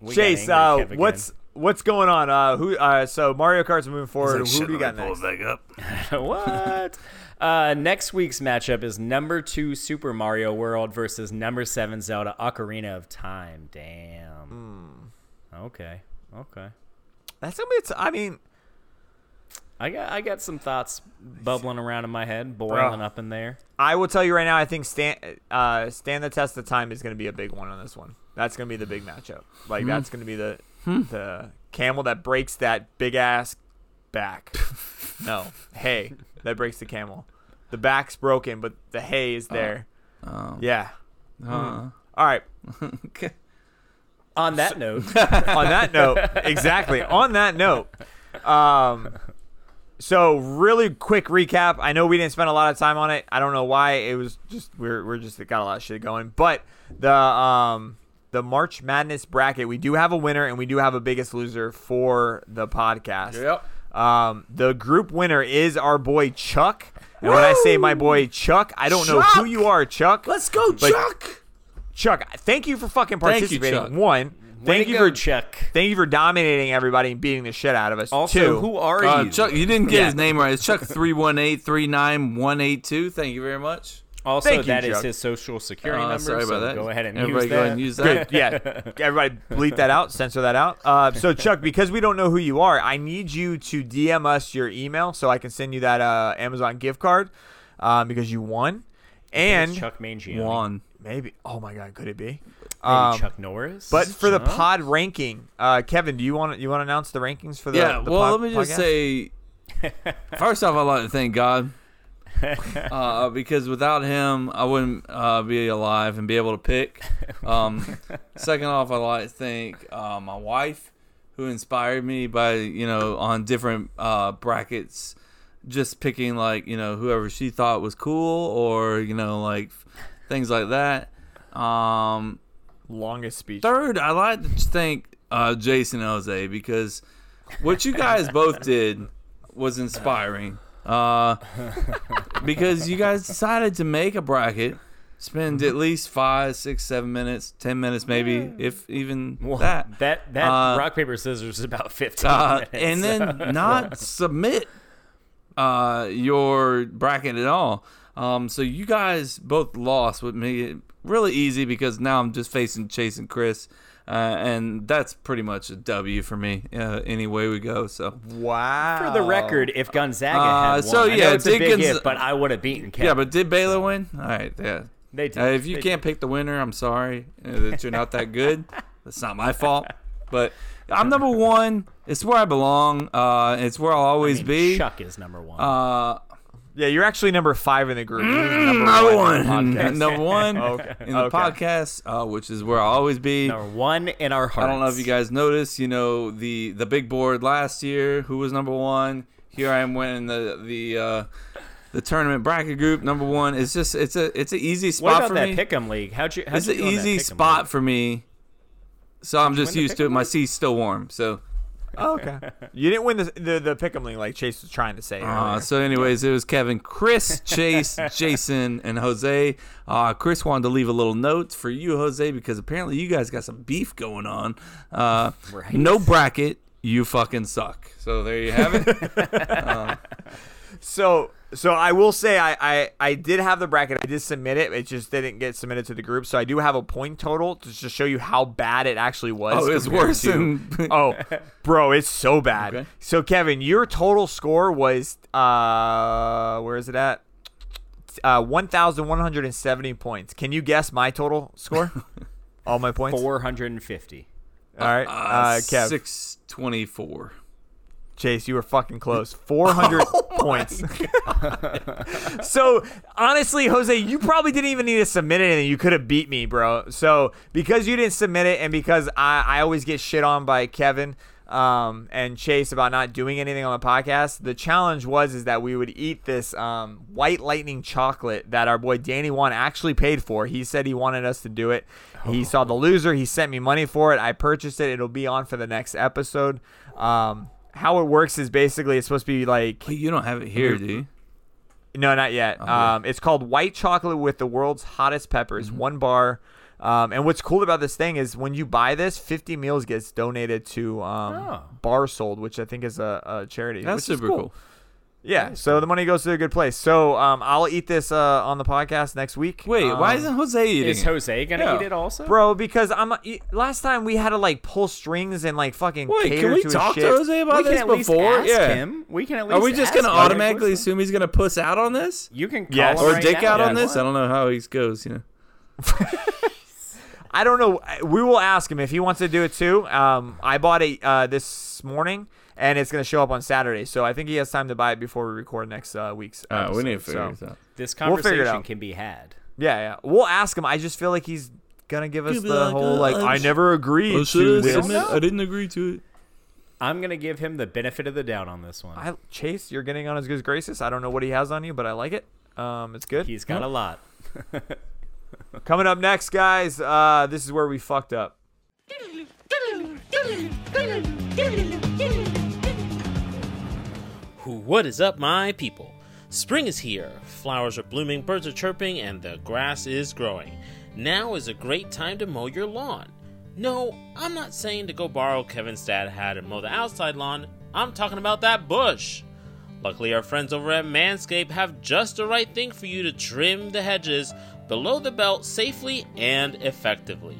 We got
Chase,
angry
uh,
Kev again.
what's what's going on? Uh, who? Uh, so Mario Kart's moving forward.
Like,
who
shit,
do you got
let me pull
next?
it back up.
what? Uh, next week's matchup is number two Super Mario World versus number seven Zelda Ocarina of Time. Damn.
Hmm.
Okay. Okay.
That's gonna be. a t- I mean,
I got I got some thoughts bubbling around in my head, boiling up in there.
I will tell you right now. I think stand uh, stand the test of time is going to be a big one on this one. That's going to be the big matchup. Like that's going to be the the camel that breaks that big ass back. no, hay that breaks the camel. The back's broken, but the hay is there.
Oh.
yeah.
Hmm.
Uh,
All right.
okay.
On that note,
on that note, exactly. On that note, um, so really quick recap. I know we didn't spend a lot of time on it. I don't know why. It was just we're we're just got a lot of shit going. But the um the March Madness bracket, we do have a winner and we do have a biggest loser for the podcast. Um, the group winner is our boy Chuck. And when I say my boy Chuck, I don't know who
Chuck!
you are, Chuck.
Let's go,
But-
Chuck.
Chuck, thank you for fucking
Thank you,
participating.
Chuck.
One, thank you for
check.
Thank you for dominating everybody and beating the shit out of us.
Also,
Two,
who are
Uh,
you?
Chuck, you didn't get
Yeah.
his name right. It's Chuck three one eight three nine one eight two. Thank you very much.
also,
Thank you,
that is
Chuck.
his social security
Uh,
number.
sorry about
so
that.
Go ahead and
Everybody
use
go ahead
that.
and use
Good,
that.
yeah. Everybody bleep that out, censor that out. Uh, so, Chuck, because we don't know who you are, I need you to DM us your email so I can send you that uh, Amazon gift card um, because you won. And
It's Chuck Mangione.
One.
maybe, oh my God, could it be?
Maybe
Um,
Chuck Norris.
but for the
Chuck?
pod ranking, uh, Kevin, do you want you want to announce the rankings for the?
yeah.
the
well,
pod-
let me just
podcast?
say, first off, I'd like to thank God uh, because without Him, I wouldn't uh, be alive and be able to pick. Um, second off, I'd like to thank uh, my wife who inspired me by you know on different uh, brackets, just picking like you know whoever she thought was cool or you know like things like that. Um,
longest speech.
Third, I'd like to thank uh, Jason and Jose because what you guys both did was inspiring. Uh, because you guys decided to make a bracket, spend at least five, six, seven minutes, ten minutes maybe, if even
Well,
that.
that that
Uh,
rock paper scissors is about fifteen
Uh,
minutes.
and then not submit uh, your bracket at all. Um, so you guys both lost, what made it really easy because now I'm just facing Chase and Chris, uh, and that's pretty much a W for me. Uh, any way we go, so
wow.
For the record, if Gonzaga
Uh,
had won,
so
I know
yeah,
it's a big
Dickens-
hit, but I would have beaten Kevin.
Yeah, but did Baylor win? All right, yeah.
They did.
Uh, if you
They
can't pick the winner, I'm sorry uh, that you're not that good. That's not my fault. But I'm number one. It's where I belong. Uh, it's where I'll always be.
Chuck is number one.
Uh,
yeah, you're actually number five in the group. You're
Mm, number,
one
one.
in the podcast.
number one
Okay.
in the
Okay.
podcast, uh, which is where I'll always be. Number
one in our hearts.
I don't know if you guys noticed, you know, the the big board last year, who was number one. Here I am winning the the uh, the tournament bracket group number one. It's just it's a it's an easy spot
what about
for
that
me.
pick'em league? How'd you? How'd
it's
you
an
do on that
easy
pick'em
spot for me. So I'm just
win the
used to it. My seat's still warm. So
Oh, okay. You didn't win the the, the pick'em league like Chase was trying to say.
Uh, so, anyways, it was Kevin, Chris, Chase, Jason, and Jose. Uh, Chris wanted to leave a little note for you, Jose, because apparently you guys got some beef going on. Uh,
Right.
No bracket. You fucking suck. So there you have it.
So so I will say I, I I did have the bracket. I did submit it. It just didn't get submitted to the group. So I do have a point total to just show you how bad it actually was.
Oh, it was
compared
worse
to-
than-
oh, bro, it's so bad. So Kevin, your total score was uh where is it at? Uh, 1,170 points. Can you guess my total score? All my points?
450.
All right. Uh, Kev.
624.
Chase, you were fucking close. 400 points. so, honestly, Jose, you probably didn't even need to submit anything. You could have beat me, bro. So, because you didn't submit it and because I, I always get shit on by Kevin um, and Chase about not doing anything on the podcast, the challenge was is that we would eat this um, white lightning chocolate that our boy Danny Wan actually paid for. He said he wanted us to do it. He saw the loser. He sent me money for it. I purchased it. It'll be on for the next episode. Um, how it works is basically it's supposed to be like
you don't have it here, do you?
No, not
Oh,
yet. Um, it's called white chocolate with the world's hottest peppers.
Mm-hmm.
One bar. Um, and what's cool about this thing is when you buy this, 50 meals gets donated to um, Bar Sold, which I think is a, a charity.
Oh. That's
which is
super cool.
Yeah, so the money goes to a good place. So um, I'll eat this uh, on the podcast next week.
Wait, why
Um,
isn't Jose eating
Is
it?
Jose gonna
Yeah.
eat it also?
Bro, because I'm y- last time we had to like pull strings and like fucking.
Wait,
cater
can we
to his
talk to
shit.
Jose about
We can
this
at least
before?
ask
yeah.
him. We can at
Are we
least
just
ask
gonna
him.
automatically assume he's gonna puss out on this?
You can call
Yes.
him
or
right
dick
now.
out on
Yes.
this? I don't know how he goes. You know.
I don't know. We will ask him if he wants to do it too. Um, I bought it uh, this morning, and it's going to show up on Saturday. So I think he has time to buy it before we record next uh, week's.
All right, we need to
episode.
figure
So-
this out.
This
We'll figure it
conversation
out.
can be had.
Yeah, yeah. We'll ask him. I just feel like he's gonna give us
He'll be
the
like,
whole
uh,
like
I
I,
was-
never agreed to this.
didn't agree to it.
I'm gonna give him the benefit of the doubt on this one.
I, Chase, you're getting on his good graces. I don't know what he has on you, but I like it. Um, it's good.
He's got a lot.
Coming up next, guys. Uh, this is where we fucked up.
What is up, my people? Spring is here, flowers are blooming, birds are chirping, and the grass is growing. Now is a great time to mow your lawn. No, I'm not saying to go borrow Kevin's dad hat and mow the outside lawn, I'm talking about that bush. Luckily, our friends over at Manscaped have just the right thing for you to trim the hedges below the belt safely and effectively.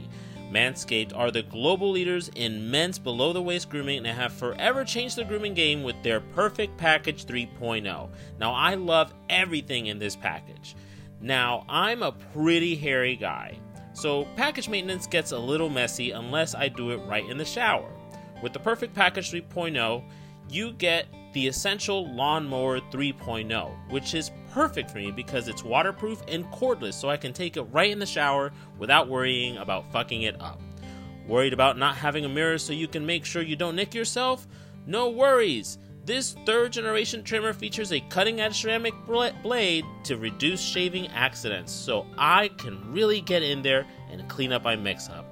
Manscaped are the global leaders in men's below the waist grooming and have forever changed the grooming game with their Perfect Package 3.0. Now, I love everything in this package. Now, I'm a pretty hairy guy, so package maintenance gets a little messy unless I do it right in the shower. With the Perfect Package 3.0, you get the Essential Lawnmower 3.0, which is perfect for me because it's waterproof and cordless, so I can take it right in the shower without worrying about fucking it up. Worried about not having a mirror so you can make sure you don't nick yourself? No worries! This third generation trimmer features a cutting edge ceramic bl- blade to reduce shaving accidents, so I can really get in there and clean up my mix up.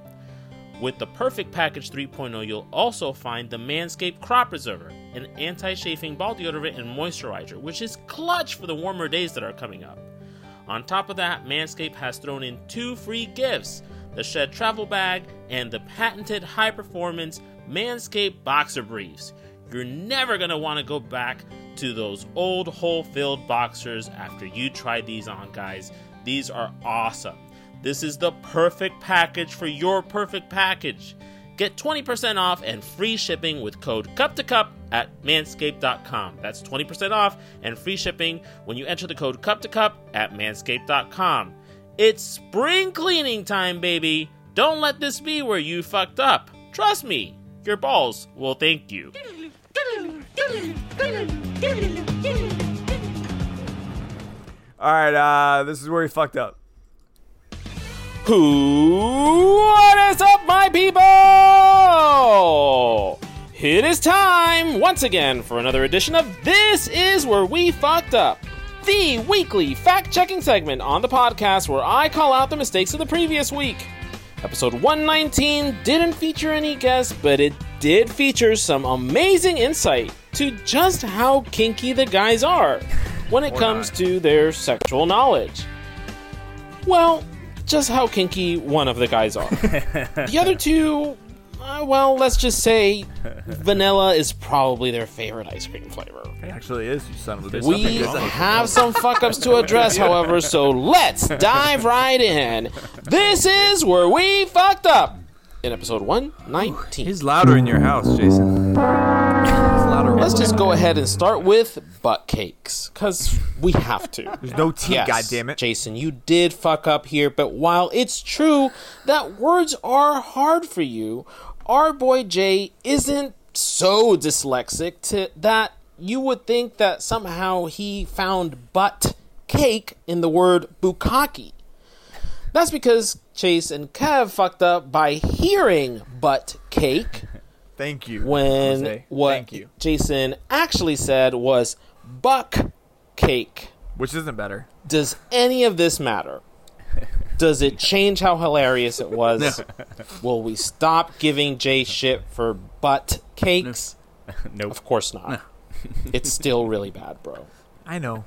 With the Perfect Package 3.0, you'll also find the Manscaped Crop Preserver, an anti chafing ball deodorant and moisturizer, which is clutch for the warmer days that are coming up. On top of that, Manscaped has thrown in two free gifts the Shed Travel Bag and the patented high performance Manscaped Boxer Briefs. You're never going to want to go back to those old hole filled boxers after you try these on, guys. These are awesome. This is the perfect package for your perfect package. Get 20% off and free shipping with code cup to cup at manscaped.com. That's 20% off and free shipping when you enter the code cup to cup at manscaped.com. It's spring cleaning time, baby. Don't let this be where you fucked up. Trust me, your balls will thank you.
All right, uh, this is where he fucked up.
What is up, my people? It is time once again for another edition of This Is Where We Fucked Up, the weekly fact checking segment on the podcast where I call out the mistakes of the previous week. Episode 119 didn't feature any guests, but it did feature some amazing insight to just how kinky the guys are when it
Or
comes to their sexual knowledge. Well, just how kinky one of the guys are. the other two, uh, well, let's just say vanilla is probably their favorite ice cream flavor.
It actually is, you son of a bitch.
We have some fuck ups to address, however, so let's dive right in. This is where we fucked up in episode 119. He's
louder in your house, Jason.
Let's just go ahead and start with butt cakes, because we have to. There's
no tea,
it, Jason, you did fuck up here, but while it's true that words are hard for you, our boy Jay isn't so dyslexic to that you would think that somehow he found butt cake in the word bukkake. That's because Chase and Kev fucked up by hearing butt cake.
Thank you.
When
Jose.
what Jason actually said was buck cake.
Which isn't better.
Does any of this matter? Does it change how hilarious it was? Will we stop giving Jay shit for butt cakes? No. Of course not. it's still really bad, bro.
I know.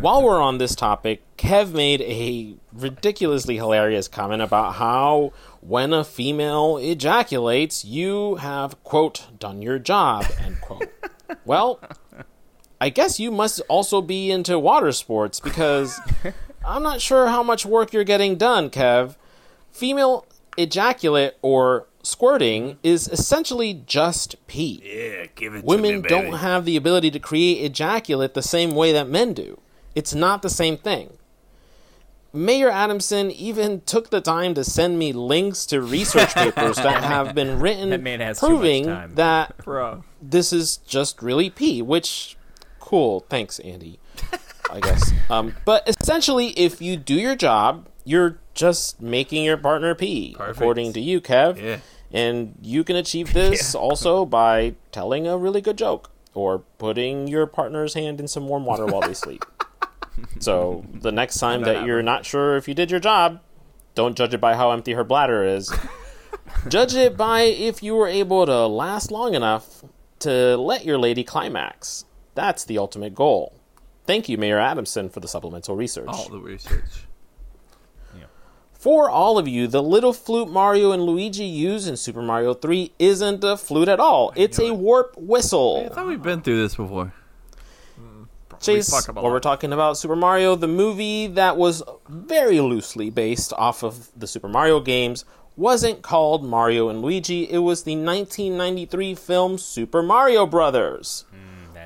While we're on this topic, Kev made a ridiculously hilarious comment about how when a female ejaculates, you have, quote, done your job, end quote. well, I guess you must also be into water sports because I'm not sure how much work you're getting done, Kev. Female ejaculate or squirting is essentially just pee.
Yeah, give it to
Women
me,
don't have the ability to create ejaculate the same way that men do. It's not the same thing. Mayor Adamson even took the time to send me links to research papers that have been written
That man has too much
proving
time.
that
Bro.
this is just really pee, which cool. Thanks, Andy. I guess. Um, but essentially, if you do your job, you're just making your partner pee, according to you, Kev. And you can achieve this also by telling a really good joke or putting your partner's hand in some warm water while they sleep. So the next time that you're not sure if you did your job, don't judge it by how empty her bladder is. judge it by if you were able to last long enough to let your lady climax. That's the ultimate goal. Thank you, Mayor Adamson, for the supplemental research.
All the research.
For all of you, the little flute Mario and Luigi use in Super Mario 3 isn't a flute at all. It's a warp whistle.
I thought we've been through this before.
Chase,
fuck up a
while we're talking about Super Mario, the movie that was very loosely based off of the Super Mario games wasn't called Mario and Luigi. It was the 1993 film Super Mario Brothers.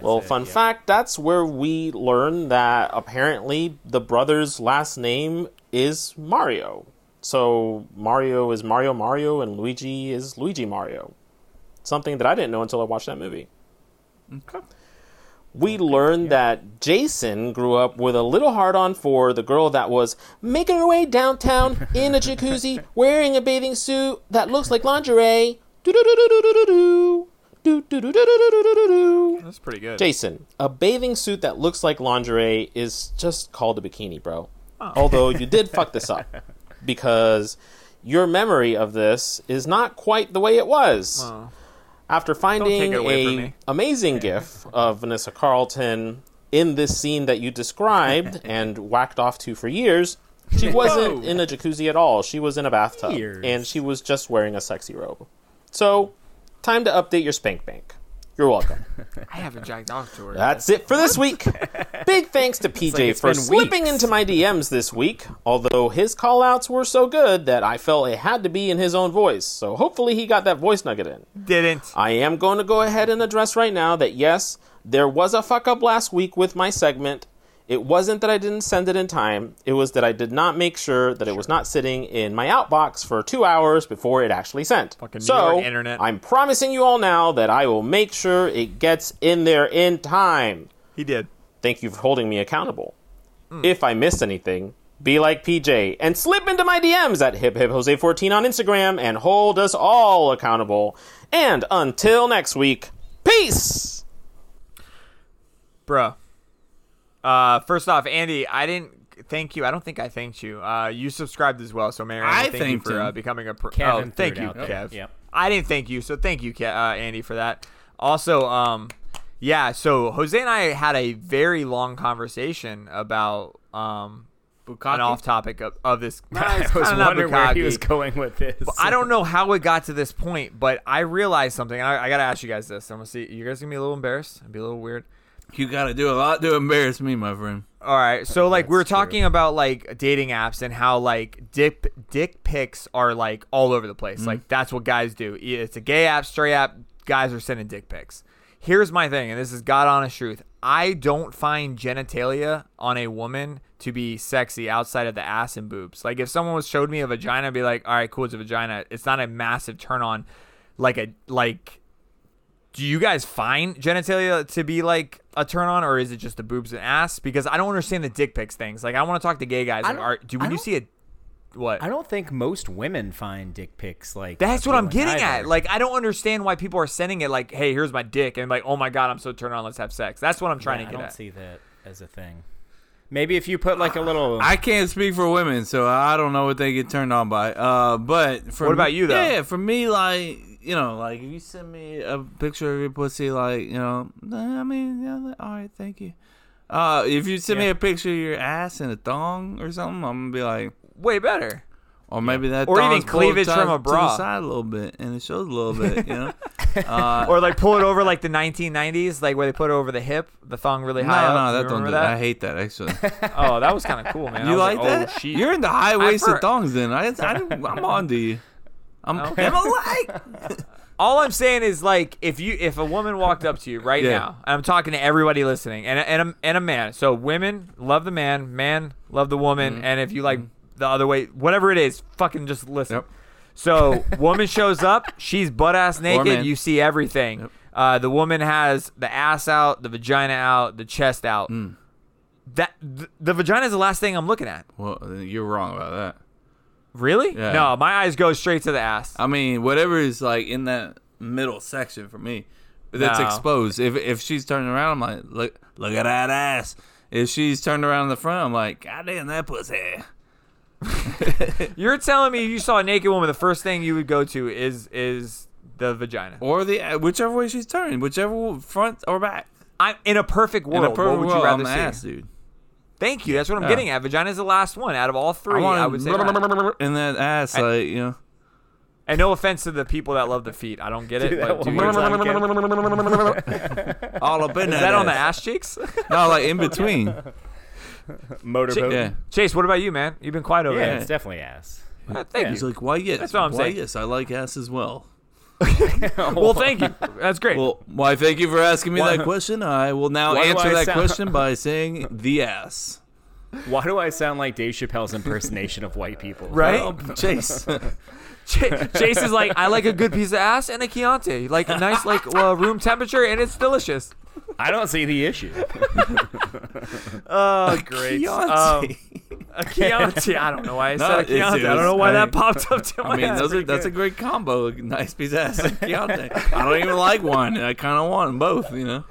well, fun fact that's where we learn that apparently the brother's last name is Mario. So Mario is Mario Mario and Luigi is Luigi Mario. Something that I didn't know until I watched that movie. We learned that Jason grew up with a little hard on for the girl that was making her way downtown in a jacuzzi wearing a bathing suit that looks like lingerie. Do-do-do-do-do-do-do. Do-do-do-do-do-do-do-do.
That's pretty good.
Jason, a bathing suit that looks like lingerie is just called a bikini, bro.
Oh.
Although you did fuck this up because your memory of this is not quite the way it was. After finding
it away from
a
me.
amazing gif of Vanessa Carlton in this scene that you described and whacked off to for years, she wasn't in a jacuzzi at all. She was in a bathtub
Years.
and she was just wearing a sexy robe. So, time to update your spank bank.
You're welcome.
I haven't jacked off to her.
That's it for this week. Big thanks to PJ
like it's
for
been
slipping into my DMs this week, although his callouts were so good that I felt it had to be in his own voice, so hopefully he got that voice nugget in.
Didn't.
I am going to go ahead and address right now that yes, there was a fuck up last week with my segment. It wasn't that I didn't send it in time, it was that I did not make sure that it was not sitting in my outbox for two hours before it actually sent.
New
so,
York internet.
I'm promising you all now that I will make sure it gets in there in time.
He did.
Thank you for holding me accountable. If I missed anything, be like PJ and slip into my DMs at hip hip Jose 14 on Instagram and hold us all accountable. And until next week, peace.
Bro. Uh, first off, Andy, I didn't thank you. I don't think I thanked you. Uh, you subscribed as well, so Mary,
I
thank you
thanked
for uh,
him.
becoming a. Pro-
Kevin
oh, thank
threw
you,
it out there.
Kev.
Yep.
I didn't thank you, so thank you, Ke- uh, Andy, for that. Also, um, yeah. So Jose and I had a very long conversation about um, an off-topic of, of this.
I
It's
was
kinda not
wondering where he
Bukkake.
was going with this.
But I don't know how it got to this point, but I realized something. and I, I gotta ask you guys this. I'm gonna see. You guys gonna be a little embarrassed. Be a little weird.
You gotta do a lot to embarrass me, my friend.
All right. So like we were talking about like dating apps and how like dick dick pics are like all over the place.
Mhm.
Like that's what guys do. E- It's a gay app, straight app. Guys are sending dick pics. Here's my thing, and this is God honest truth. I don't find genitalia on a woman to be sexy outside of the ass and boobs. Like if someone was showed me a vagina, I'd be like, all right, cool, it's a vagina. It's not a massive turn on, like a like do you guys find genitalia to be like a turn on or is it just the boobs and ass because i don't understand the dick pics things like i want to talk to gay guys
I
like,
don't-
are, do
I
when you
don't-
see a what
I don't think most women find dick pics like
that's what i'm
appealing
getting
either.
at like i don't understand why people are sending it like hey here's my dick and like oh my god i'm so turned on let's have sex that's what i'm trying
Yeah,
to get
I don't
at
see that as a thing. Maybe if you put like a little.
I can't speak for women, so I don't know what they get turned on by. Uh, but for
What about you, though?
Yeah, for me, like you know, like if you send me a picture of your pussy, like you know, eh, I mean, yeah, like, all right, thank you. Uh, if you send me a picture of your ass and a thong or something, I'm gonna be like,
way better
or maybe that
Or even
thong's pulled
cleavage
tight
from a
to
bra.
the side a little bit, and it shows a little bit, you know. Uh,
or like pull it over like the 1990s like where they put it over the hip the thong really
no,
high up.
no,
You
that don't
remember
do
that?
I hate that actually.
oh that was kind of cool man I
You
was
like,
oh,
that?
shit.
You're into high waisted
I've heard-
thongs, then. I, I, I'm on to you. I'm,
Okay.
am I-
All I'm saying is like if you if a woman walked up to you right
Yeah.
now, and I'm talking to everybody listening, and and a, and a man. So women love the man, man love the woman,
Mm-hmm.
and if you like the other way, whatever it is, fucking just listen. So woman shows up, she's butt ass naked.
man.
You see everything. Uh, the woman has the ass out, the vagina out, the chest out.
Mm.
That th- the vagina is the last thing I'm looking at.
Well, then you're wrong about that.
Really?
Yeah.
No, my eyes go straight to the ass.
I mean, whatever is like in that middle section for me, that's
No.
exposed. If if she's turning around, I'm like, look, look at that ass. If she's turned around in the front, I'm like, God damn that pussy.
You're telling me you saw a naked woman, the first thing you would go to is is the vagina.
Or the uh, whichever way she's turning, whichever front or back.
I in a perfect
In a
world,
perfect
what would
world,
you rather
I'm
see?
ass, dude.
Thank you. That's what I'm
Yeah.
getting at. Vagina is the last one out of all three. I,
wanna
would say. that.
in that ass,
I-
like you know.
And no offense to the people that love the feet, I don't get it.
Do that
but
one
dude,
more
it's-
All up in
is
that
that on the
ass.
ass cheeks?
No, like in between.
Motorboat.
Yeah.
Chase, what about you, man? You've been quiet over
Yeah,
there.
it's definitely ass.
Ah, thank
He's
you.
like, why yes?
That's what I'm
why
saying.
yes? I like ass as well.
well, thank you. That's great.
oh. Well, why? Thank you for asking me
Why-
that question. I will now
Why do
answer
I
that
sound-
question by saying the ass.
Why do I sound like Dave Chappelle's impersonation of white people?
Right?
Oh, Chase.
Cha- Chase is like, I like a good piece of ass and a Chianti, like a nice, like well, room temperature, and it's delicious.
I don't see the issue.
Oh,
A
great.
Chianti.
Um, a Chianti. I don't know why I
No,
said a
it's-
Chianti. I
it's-
don't know why
I-
that popped up to my
I mean,
head.
those are, that's a great combo. Nice piece of ass and Chianti. I don't even like one. I kind of want 'em both, you know?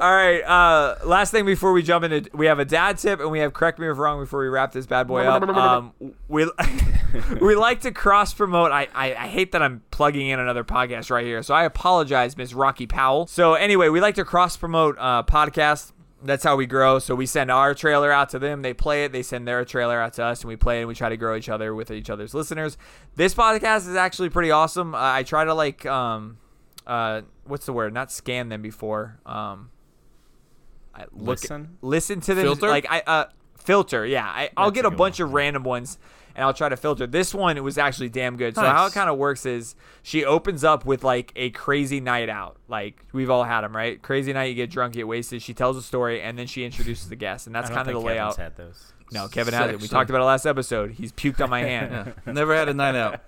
All right. Uh, last thing before we jump into, we have a dad tip and we have correct me if wrong before we wrap this bad boy up. Um, we we like to cross promote. I, I I hate that I'm plugging in another podcast right here, so I apologize, Miss Rocky Powell. So anyway, we like to cross promote uh, podcasts. That's how we grow. So we send our trailer out to them. They play it. They send their trailer out to us, and we play it. And we try to grow each other with each other's listeners. This podcast is actually pretty awesome. Uh, I try to like um, uh, uh, what's the word? Not scam them before. Um, I look
Listen?
listen to them.
Filter?
Like I uh, filter. Yeah, I, I'll
That's
get
a
a bunch of random ones and I'll try to filter. This one it was actually damn good. So
Nice.
how it kind of works is she opens up with like a crazy night out. Like we've all had them, right? Crazy night, you get drunk, you get wasted. She tells a story and then she introduces the guest, and that's
I don't
kind of the
think
layout.
Kevin's had those.
No, Kevin has it. We
Sexually.
talked about it last episode. He's puked on my hand.
Yeah. Never had a night out.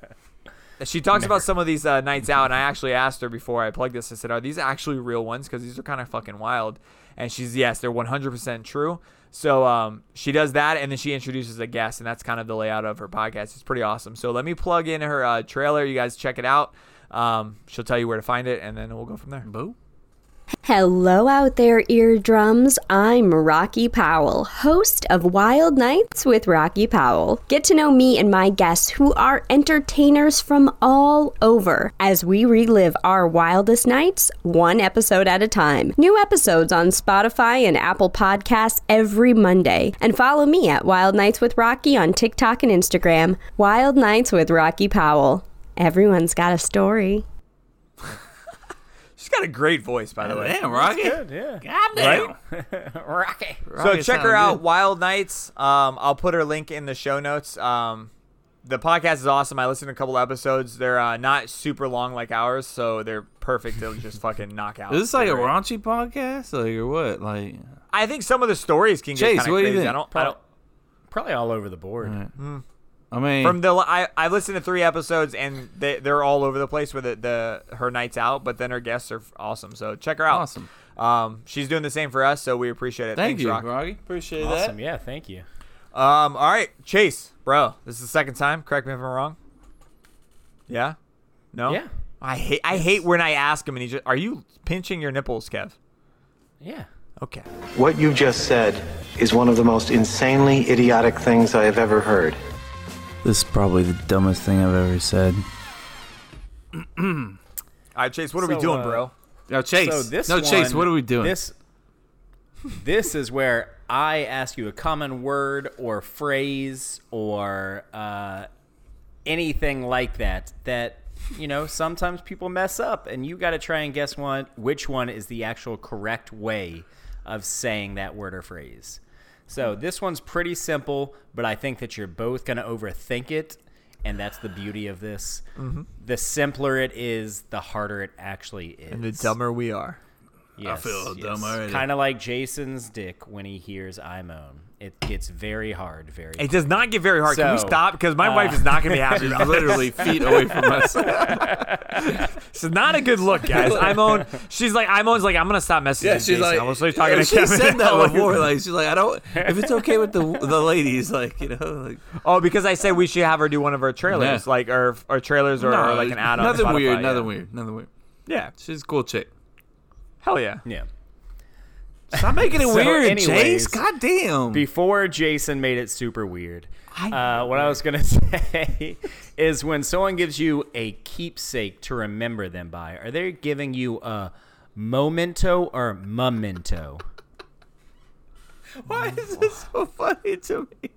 She talks about some of these uh, nights out, and I actually asked her before I plugged this. I said, "Are these actually real ones? Because these are kind of fucking wild." And she's, "Yes, they're 100% true." So um, she does that, and then she introduces a guest, and that's kind of the layout of her podcast. It's pretty awesome. So let me plug in her uh, trailer. You guys check it out. Um, she'll tell you where to find it, and then we'll go from there. Boo.
Hello out there, eardrums. I'm Rocky Powell, host of Wild Nights with Rocky Powell. Get to know me and my guests who are entertainers from all over as we relive our wildest nights one episode at a time. New episodes on Spotify and Apple Podcasts every Monday. And follow me at Wild Nights with Rocky on TikTok and Instagram. Wild Nights with Rocky Powell. Everyone's got a story.
She's got a great voice, by the way.
Damn, Rocky.
yeah.
Right?
Rocky.
so check her out wild nights um, i'll put her link in the show notes um, the podcast is awesome i listened to a couple episodes they're uh, not super long like ours so they're perfect to just fucking knock out
Is this like a
They're great.
raunchy podcast? Like or what? Like
i think some of the stories can get
Chase,
kind of
what do
crazy
you think?
i don't, I
Prob-
don't
probably all over the board
Mm.
I mean,
from the I, I listened to three episodes and they, they're all over the place with it the her nights out but then her guests are awesome so check her out
Awesome.
um, she's doing the same for us so we appreciate it
Thank
Thanks,
you,
Rock.
Rocky. Appreciate
Mm.
that.
Awesome. Yeah. Thank you.
Um, all right, Chase, bro. This is the second time. Correct me if I'm wrong. Yeah. No.
Yeah.
I hate. I hate when I ask him and he just. Are you pinching your nipples, Kev?
Yeah.
Okay.
What you just said is one of the most insanely idiotic things I have ever heard.
This is probably the dumbest thing I've ever said.
all right, Chase. What are we
So,
doing,
uh,
bro?
Now, Chase.
So this
No, Chase,
one-
what are we doing?
This this is where I ask you a common word or phrase or uh, anything like that that you know sometimes people mess up and you got to try and guess one which one is the actual correct way of saying that word or phrase. So this one's pretty simple, but I think that you're both going to overthink it, and that's the beauty of this.
Mm-hmm.
Mhm.
The simpler it is, the harder it actually is.
And the dumber we are.
Yes, Kind
Kind of.
of like Jason's dick when he hears I moan. It gets very hard, very.
It does not get very hard. Can we
So,
stop? Because my
uh,
wife is not going to be happy.
She's
about this.
literally feet away from us.
this is not a good look, guys. I'm on. She's like, I'm on's like, I'm going to stop messaging.
Yeah, she's
Jason.
like,
I was like talking to
she
Kevin.
said
I'm
that
like-
before. Like she's like, I don't. If it's okay with the the ladies, like you know, like
Oh, because I said we should have her do one of our trailers,
Yeah.
like our, our trailers or, or like an ad on
Nothing
Spotify,
weird.
yeah.
Nothing weird. Nothing weird.
Yeah,
she's a cool chick.
Hell yeah.
Yeah.
Stop making it
So
weird,
anyways,
Chase. God damn.
Before Jason made it super weird, uh, what I was going to say is when someone gives you a keepsake to remember them by, are they giving you a memento or memento?
Why is this so funny to me?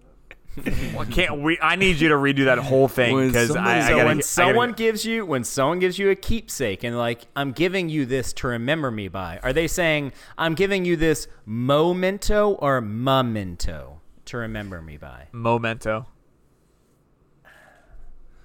Well, can't we? I need you to redo that whole thing because I, I
so
gotta.
when
I
someone
gotta-
gives you when someone gives you a keepsake and like I'm giving you this to remember me by, are they saying I'm giving you this momento or memento to remember me by?
Momento.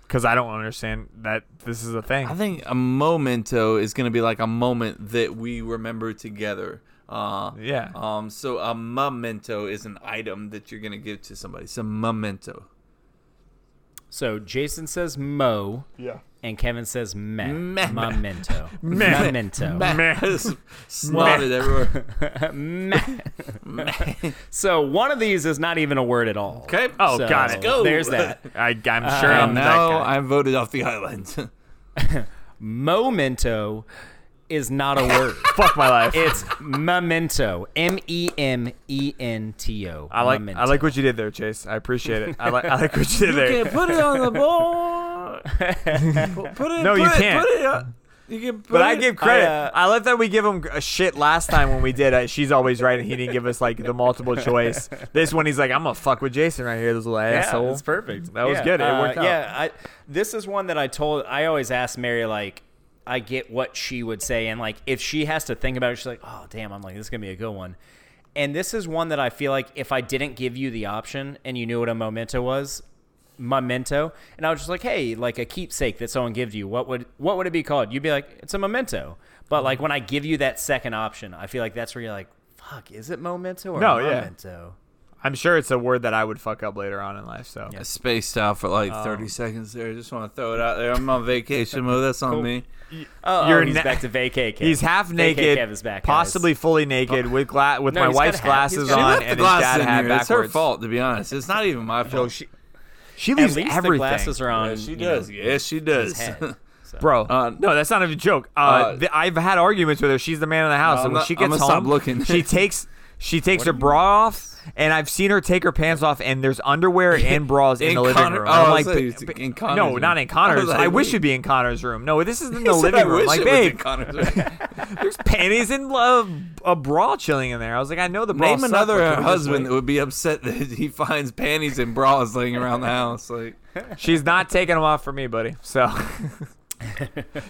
Because I don't understand that this is a thing.
I think a momento is going to be like a moment that we remember together. Uh,
Yeah.
Um. So a memento is an item that you're going to give to somebody. It's a memento.
So Jason says mo.
Yeah.
And Kevin says meh.
Meh.
Memento.
Meh.
Memento.
Meh. Meh. Snotted everywhere.
Meh. so one of these is not even a word at all.
Okay.
Oh,
so
got it.
There's that.
I, I'm
Uh,
sure I'm
and
that
now
guy.
I'm voted off the island.
Momento is not a word.
Fuck my life.
It's memento. M E M E N T O.
I like I like what you did there, Chase. I appreciate it. I like I like what you did there.
board. put
No, you can't.
on- You can
But I give credit. I,
uh,
love that we give him a shit last time when we did. Uh, she's always right, and he didn't give us like the multiple choice. This one, he's like, "I'm gonna fuck with Jason right here, this little asshole."
It's perfect.
That was
Yeah.
good. It
Uh,
worked out.
Yeah, I, this is one that I told. I always ask Mary like, I get what she would say, and like if she has to think about it, she's like, "Oh, damn!" I'm like, "This is gonna be a good one." And this is one that I feel like if I didn't give you the option and you knew what a memento was, memento, and I was just like, "Hey, like a keepsake that someone gives you, what would what would it be called?" You'd be like, "It's a memento." But like when I give you that second option, I feel like that's where you're like, "Fuck, is it memento or
No, yeah.
memento?"
I'm sure it's a word that I would fuck up later on in life. So
I spaced out for like 30 seconds there. Just want to throw it out there. I'm on vacation mode. That's on
Cool.
me.
Oh,
You're
oh, he's
na-
back to vacay. Kev.
He's half
Vacay
naked,
Kev is back, guys.
possibly fully naked, with gla- with
No,
my
he's got a
wife's
hat. He's
glasses
got- She
on
left
and
the
his
glasses
dad
in
hat
here.
backwards.
It's her fault, to be honest. It's not even my fault. she,
She leaves
At least
everything.
The glasses are on.
she
you
does.
know,
yes, she
his
does.
head.
Bro, no, that's not even a joke. Uh,
uh,
th- I've had arguments with her. She's the man in the house,
No,
and
I'm
when
not-
she
I'm
gets home,
gonna stop looking.
she takes she takes her bra off, and I've seen her take her pants off, and there's underwear and bras in,
In
the living
Connor-
room.
oh,
And I'm
I
like,
thought you
"But-
said
but-
in Connor's
no,
room."
not in
I
Connor's.
was
I,
like,
wish
wait.
it'd be in Connor's room. No, this is in
He
the
said,
living
"I
room.
wish
Like,
it was in
babe,
Connor's
there's panties and love a bra chilling in there. I was like, I know the bra.
Name
suck,
another
but can we just
husband
wait?
that would be upset that he finds panties and bras laying around the house. Like,
She's not taking them off for me, buddy. So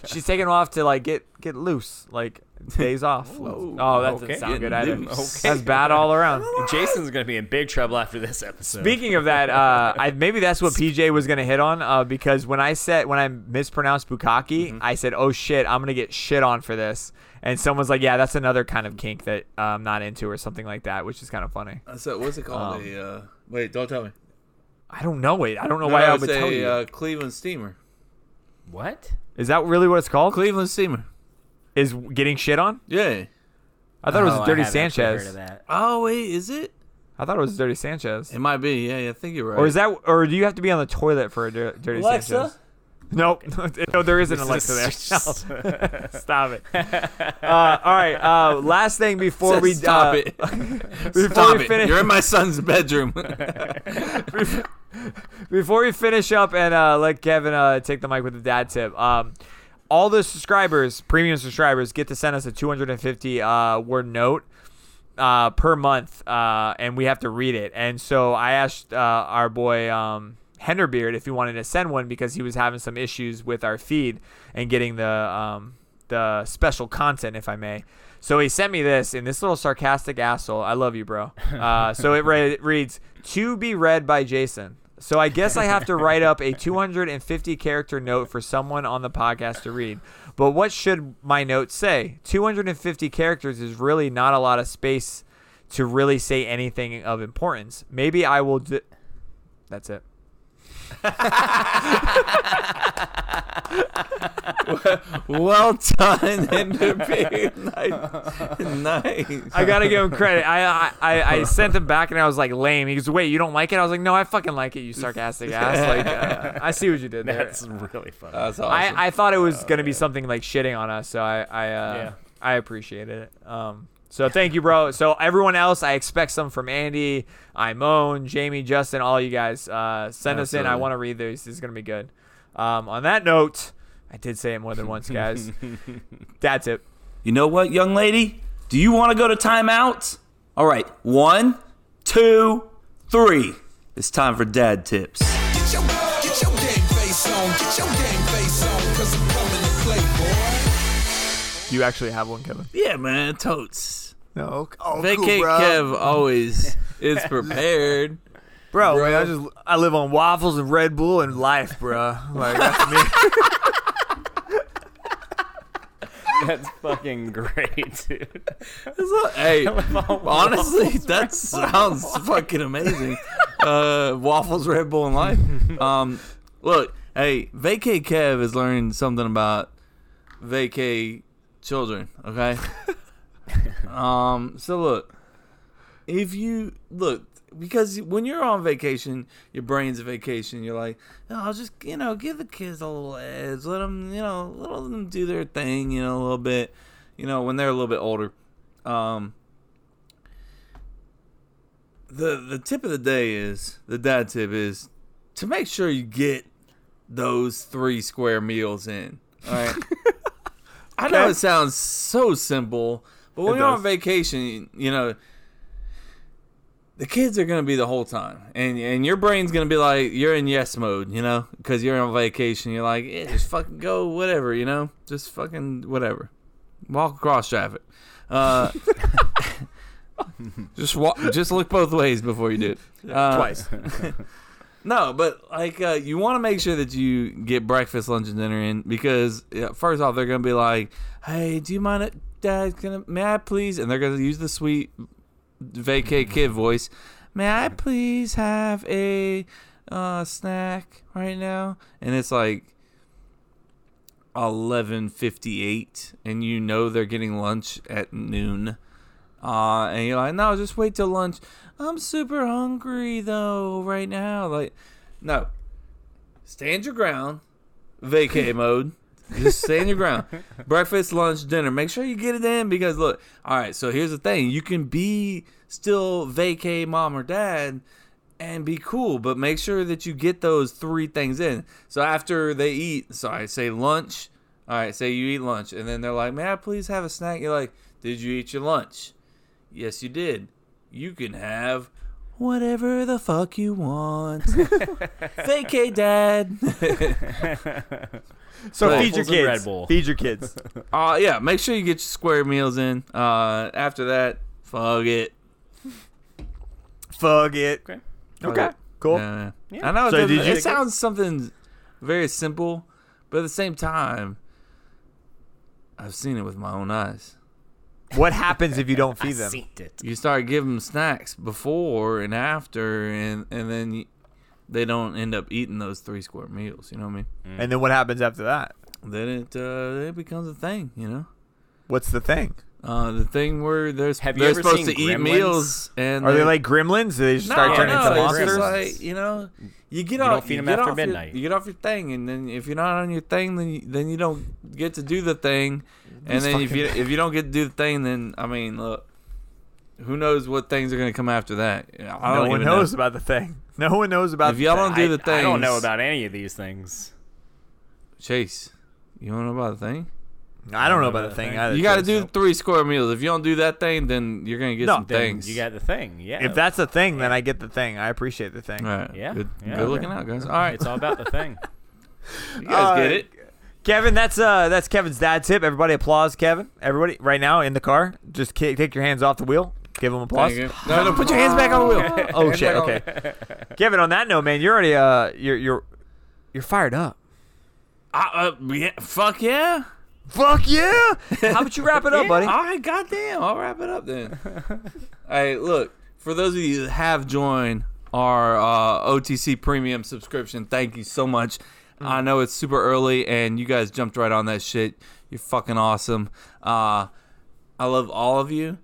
she's taking them off to like get get loose, like days off. oh, that doesn't
okay.
sound good
Getting
either.
loose.
That's bad all around.
Jason's gonna be in big trouble after this episode.
Speaking of that, uh, I, maybe that's what PJ was gonna hit on uh, because when I said when I mispronounced bukkake, I said, "Oh shit, I'm gonna get shit on for this," and someone's like, "Yeah, that's another kind of kink that uh, I'm not into," or something like that, which is kind of funny.
uh, so what's it called?
Um,
a, uh, wait, don't tell me.
I don't know it. I don't know
No,
why
no,
I
it's
would tell
a,
you.
Uh, Cleveland steamer.
what?
Is that really what it's called?
Cleveland Steamer.
Is getting shit on?
Yeah.
I thought it
Oh, I
was Dirty
have actually heard
Sanchez.
of that.
Oh wait, is it?
I thought it was Dirty Sanchez.
It might be. Yeah, yeah, I think you're right.
Or is that? Or do you have to be on the toilet for a dir- Dirty
Alexa?
Sanchez? Nope. no, there is an
This
Alexa
is-
there. Stop it. Uh, all right. Uh, last thing before
Says
we
stop
uh,
it.
before
Stop
we
it.
finish,
You're in my son's bedroom.
before we finish up and uh, let Kevin uh, take the mic with the dad tip. Um, all the subscribers, premium subscribers, get to send us a 250 uh, word note uh, per month, uh, and we have to read it. And so I asked uh, our boy um, Henderbeard if he wanted to send one because he was having some issues with our feed and getting the um, the special content, if I may. So he sent me this, and this little sarcastic asshole. I love you, bro. Uh, so it re- reads to be read by Jason. So I guess I have to write up a 250 character note for someone on the podcast to read. But what should my note say? 250 characters is really not a lot of space to really say anything of importance. Maybe I will. D- That's it.
well done, Enderbeard. Nice. nice.
I gotta give him credit. I, I I I sent him back and I was like, lame. He goes, wait, you don't like it? I was like, no, I fucking like it. You sarcastic ass. Like, uh, I see what you did there.
That's really funny.
That's
I, I thought it
Uh,
was gonna be something like shitting on us, so I I uh,
Yeah.
I appreciated it. Um, so thank you, bro. So everyone else, I expect some from Andy, Imone, Jamie, Justin, all you guys. Uh, send us in. I
Absolutely.
want to read these. This is gonna be good. Um, on that note, I did say it more than once, guys. That's it.
You know what, young lady? Do you want to go to timeout? All right, one, two, three. It's time for dad tips.
Get your, get your game face on. Get your game face on. Cause I'm coming to play, boy.
Do you actually have one, Kevin?
Yeah, man, totes.
No, oh,
Vacate Kev always is prepared.
Bro, man, I just I live on waffles and Red Bull and life, bro. Like that's me.
That's fucking great, dude.
Hey,
I live on
honestly,
waffles,
that sounds fucking amazing. Uh, waffles, Red Bull, and life. Um, look, hey, Vacay Kev is learning something about vacay children. Okay. um. So look, if you look. Because when you're on vacation, your brain's a vacation. You're like, "Oh, I'll just, you know, give the kids a little edge. Let them, you know, let them do their thing, you know, a little bit. You know, when they're a little bit older. Um, the the tip of the day is the dad tip is to make sure you get those three square meals in. All right. I know
Okay.
it sounds so simple, but when
It
you're
does.
on vacation, you know the kids are gonna be the whole time, and and your brain's gonna be like you're in yes mode, you know, because you're on vacation. You're like, yeah, just fucking go, whatever, you know, just fucking whatever, walk across traffic, uh, just walk, just look both ways before you do it Uh,
Twice.
no, but like uh, you want to make sure that you get breakfast, lunch, and dinner in because yeah, first off, they're gonna be like, "Hey, do you mind? It, Dad, can I, may I please?" And they're gonna use the sweet vacay kid voice. May I please have a uh, snack right now? And it's like eleven fifty eight, and you know they're getting lunch at noon. Uh, and you're like, no, just wait till lunch. I'm super hungry though right now. Like, no, stand your ground. Vacay mode. Just stand your ground. Breakfast, lunch, dinner. Make sure you get it in because look, all right. So here's the thing: you can be still vacay mom or dad and be cool, but make sure that you get those three things in. So after they eat, so I say lunch. All right, say you eat lunch, and then they're like, "May I please have a snack?" You're like, "Did you eat your lunch?" Yes, you did. You can have whatever the fuck you want. Vacay, dad.
So feed your Waffles and kids. Red Bull. Feed your kids.
Uh, yeah, make sure you get your square meals in. Uh, after that, fuck it. Fuck it. Okay.
Okay, cool.
Yeah.
Yeah.
Uh, I know it,
So
doesn't-
did you-
it sounds something very simple, but at the same time, I've seen it with my own eyes.
What happens if you don't feed I them? seen
You start giving them snacks before and after, and and then y they don't end up eating those three square meals. You know what I mean?
And then what happens after that?
Then it uh, then it becomes a thing. You know.
What's the thing?
Uh, the thing where there's
Have you
they're
ever
supposed
seen
to eat
Gremlins?
meals and
Are they like gremlins? Do they just
no,
start turning
no,
into
it's just
monsters?
like, you know, you get
You
off.
don't feed
you
'em
get
after
off your-
midnight.
you get off your thing, and then if you're not on your thing, then you, then you don't get to do the thing. And
These
then if you
fucking-
if you don't get to do the thing, then I mean, look, who knows what things are gonna come after that? I
No
don't
one
even know.
knows about the thing. No one knows about.
If y'all don't do the
thing,
thing,
I don't know about any of these things.
Chase, you don't know about the thing.
I don't know about the thing either,
You got to
Chase,
do the three square meals. If you don't do that thing, then you're gonna get some things.
If that's a thing, then I get the thing. I appreciate the thing.
Alright. Yeah. Good- Yeah. good looking out, guys. All right. It's all
about the thing.
You guys get it.
Kevin, that's uh, that's Kevin's dad tip. Everybody applause Kevin. Everybody, right now in the car, just ki- take your hands off the wheel. Give him applause.
Thank you. Uh, No, no, put your hands back on the wheel.
oh
Hands
shit.
back on
Okay. Kevin, on that note, man, you're already uh, you're you're you're fired up.
I, uh, yeah, fuck yeah.
Fuck yeah. How about you wrap it up,
Yeah,
buddy?
All right, goddamn. I'll wrap it up then. hey, look, for those of you that have joined our uh, OTC premium subscription, thank you so much. I know it's super early and you guys jumped right on that shit. You're fucking awesome. Uh, I love all of you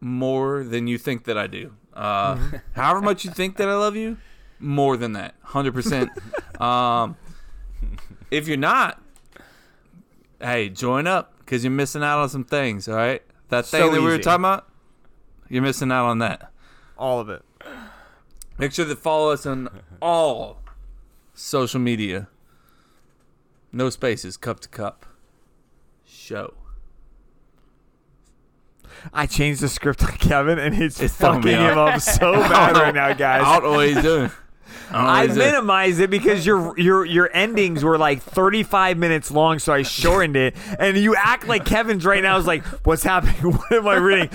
more than you think that I do. Uh, however much you think that I love you, more than that, hundred percent. Um, if you're not, hey, join up because you're missing out on some things. All right, that thing
So
that we were
easy.
talking about, you're missing out on that.
All of it.
Make sure to follow us on all social media. No spaces, cup to cup. Show.
I changed the script on Kevin, and it's,
throwing me
fucking him
off.
up so bad right now, guys.
I don't know what he's doing. I don't know what
I
he's doing.
minimized it because your your your endings were like 35 minutes long, so I shortened it. And you act like Kevin's right now is like, "What's happening? What am I reading?"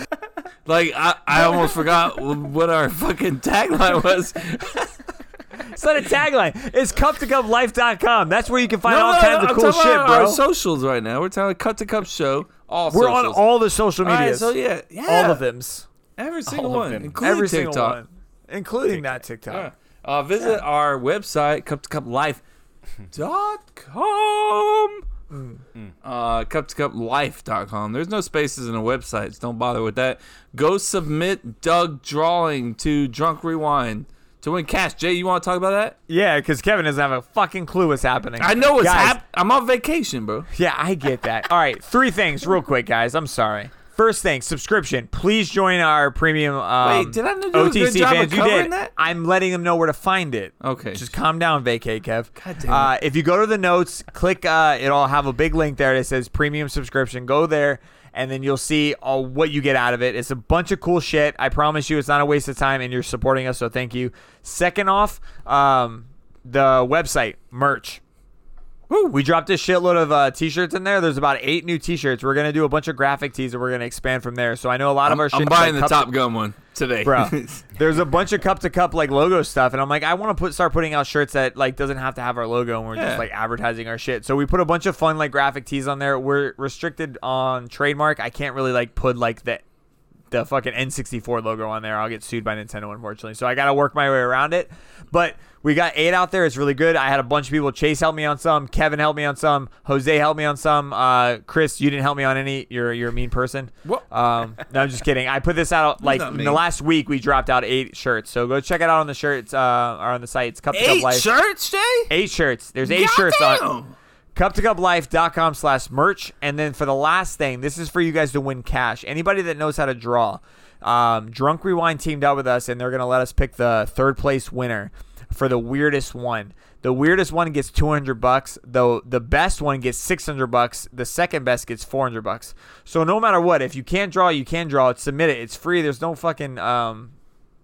Like I, I almost forgot what our fucking tagline was.
It's not a tagline. It's cup to cup life.com. That's where you can find
No,
all
no,
kinds
no,
of
I'm
cool
talking
shit,
about
bro.
Our socials right now. We're talking Cut to Cup Show. All
We're on
socials.
all the social
All right,
medias.
so yeah, yeah,
all of them's.
Every single
All of
one,
them.
including
Every
TikTok.
single one, including that TikTok.
Yeah. Uh, visit our website, cup to cup life dot com.
Mm.
Uh, cup to cup life dot com. There's no spaces in the websites. Don't bother with that. Go submit Doug drawing to Drunk Rewind to win cash. Jay, you want to talk about that?
Yeah, because Kevin doesn't have a fucking clue what's happening.
I know what's
Guys,
happening. I'm on vacation, bro.
Yeah, I get that. All right, three things real quick, guys. I'm sorry. First thing, subscription. Please join our premium. Um,
Wait, did I not do a
OTC
good job of
fans? you
covering
did.
that?
I'm letting them know where to find it.
Okay.
Just calm down, vacay, Kev. God
damn it.
Uh, if you go to the notes, click. Uh, it'll have a big link there that says premium subscription. Go there and then you'll see all what you get out of it. It's a bunch of cool shit. I promise you, it's not a waste of time, and you're supporting us, so thank you. Second off, um, the website merch. Woo. We dropped a shitload of uh, t-shirts in there. There's about eight new t-shirts. We're gonna do a bunch of graphic tees, and we're gonna expand from there. So I know a lot
I'm,
of our. shit
I'm
is
buying
like
the
cup-
Top Gun one today,
Bro, there's a bunch of cup to cup like logo stuff, and I'm like, I want to put start putting out shirts that like doesn't have to have our logo, and we're
Yeah.
just like advertising our shit. So we put a bunch of fun like graphic tees on there. We're restricted on trademark. I can't really like put like the the fucking N64 logo on there. I'll get sued by Nintendo, unfortunately. So I got to work my way around it. But we got eight out there. It's really good. I had a bunch of people. Chase helped me on some. Kevin helped me on some. Jose helped me on some. Uh, Chris, you didn't help me on any. You're you're a mean person. Um, no, I'm just kidding. I put this out like
not
in
mean.
the last week. We dropped out eight shirts. So go check it out on the shirts uh, or on the site. It's Cup to Cup
Eight
Life.
shirts, Jay?
Eight shirts. There's eight shirts on cuptocuplife.com slash merch. And then for the last thing, this is for you guys to win cash. Anybody that knows how to draw, um, Drunk Rewind teamed up with us and they're going to let us pick the third place winner for the weirdest one. The weirdest one gets 200 bucks, though the best one gets 600 bucks, the second best gets 400 bucks. So no matter what, if you can't draw, you can draw. It's submit it. It's free. There's no fucking um,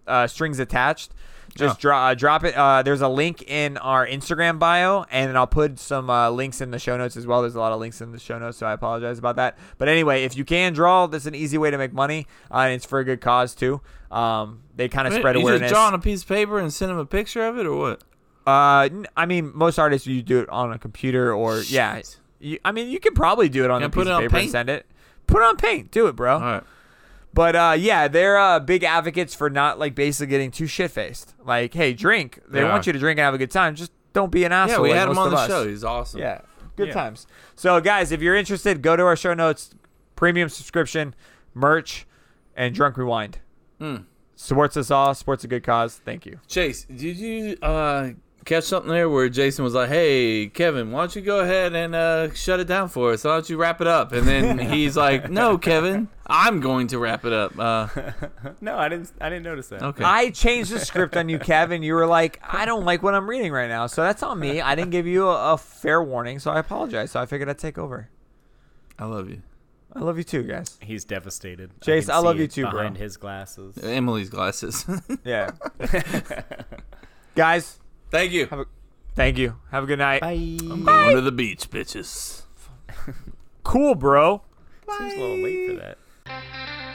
uh, strings attached. Just dro- uh, drop it. Uh, there's a link in our Instagram bio, and then I'll put some uh, links in the show notes as well. There's a lot of links in the show notes, so I apologize about that. But anyway, if you can draw, that's an easy way to make money, uh, and it's for a good cause too. Um, they kind of
Wait,
spread
you
awareness.
Just draw on a piece of paper and send him a picture of it, or what?
Uh, n- I mean, most artists you do it on a computer or yeah. You, I mean, you could probably do it on
Can I
a
put
piece
it
of
on
paper and
paint?
send it. Put it on paint. Do it, bro. All
right.
But uh, yeah, they're uh, big advocates for not like basically getting too shit faced. Like, hey, drink. They
Yeah.
want you to drink and have a good time. Just don't be an
yeah,
asshole.
we
like
had him
most
on
of
the
us.
show. He's awesome.
Yeah, good times. So, guys, if you're interested, go to our show notes, premium subscription, merch, and drunk rewind.
Hmm.
Supports us all. Supports a good cause. Thank you.
Chase, did you uh, catch something there where Jason was like, "Hey, Kevin, why don't you go ahead and uh, shut it down for us? Why don't you wrap it up?" And then he's like, "No, Kevin, I'm going to wrap it up." Uh,
No, I didn't. I didn't notice that.
Okay.
I changed the script on you, Kevin. You were like, I don't like what I'm reading right now. So that's on me. I didn't give you a, a fair warning, so I apologize. So I figured I'd take over.
I love you,
I love you too, guys.
He's devastated. I
Chase,
can
I love
see
you
it
too, bro.
behind his glasses.
Emily's glasses.
Yeah. guys.
Thank you. Have
a, thank you. Have a good night. Bye.
I'm going to the beach, bitches.
Cool, bro.
Seems a little late for that.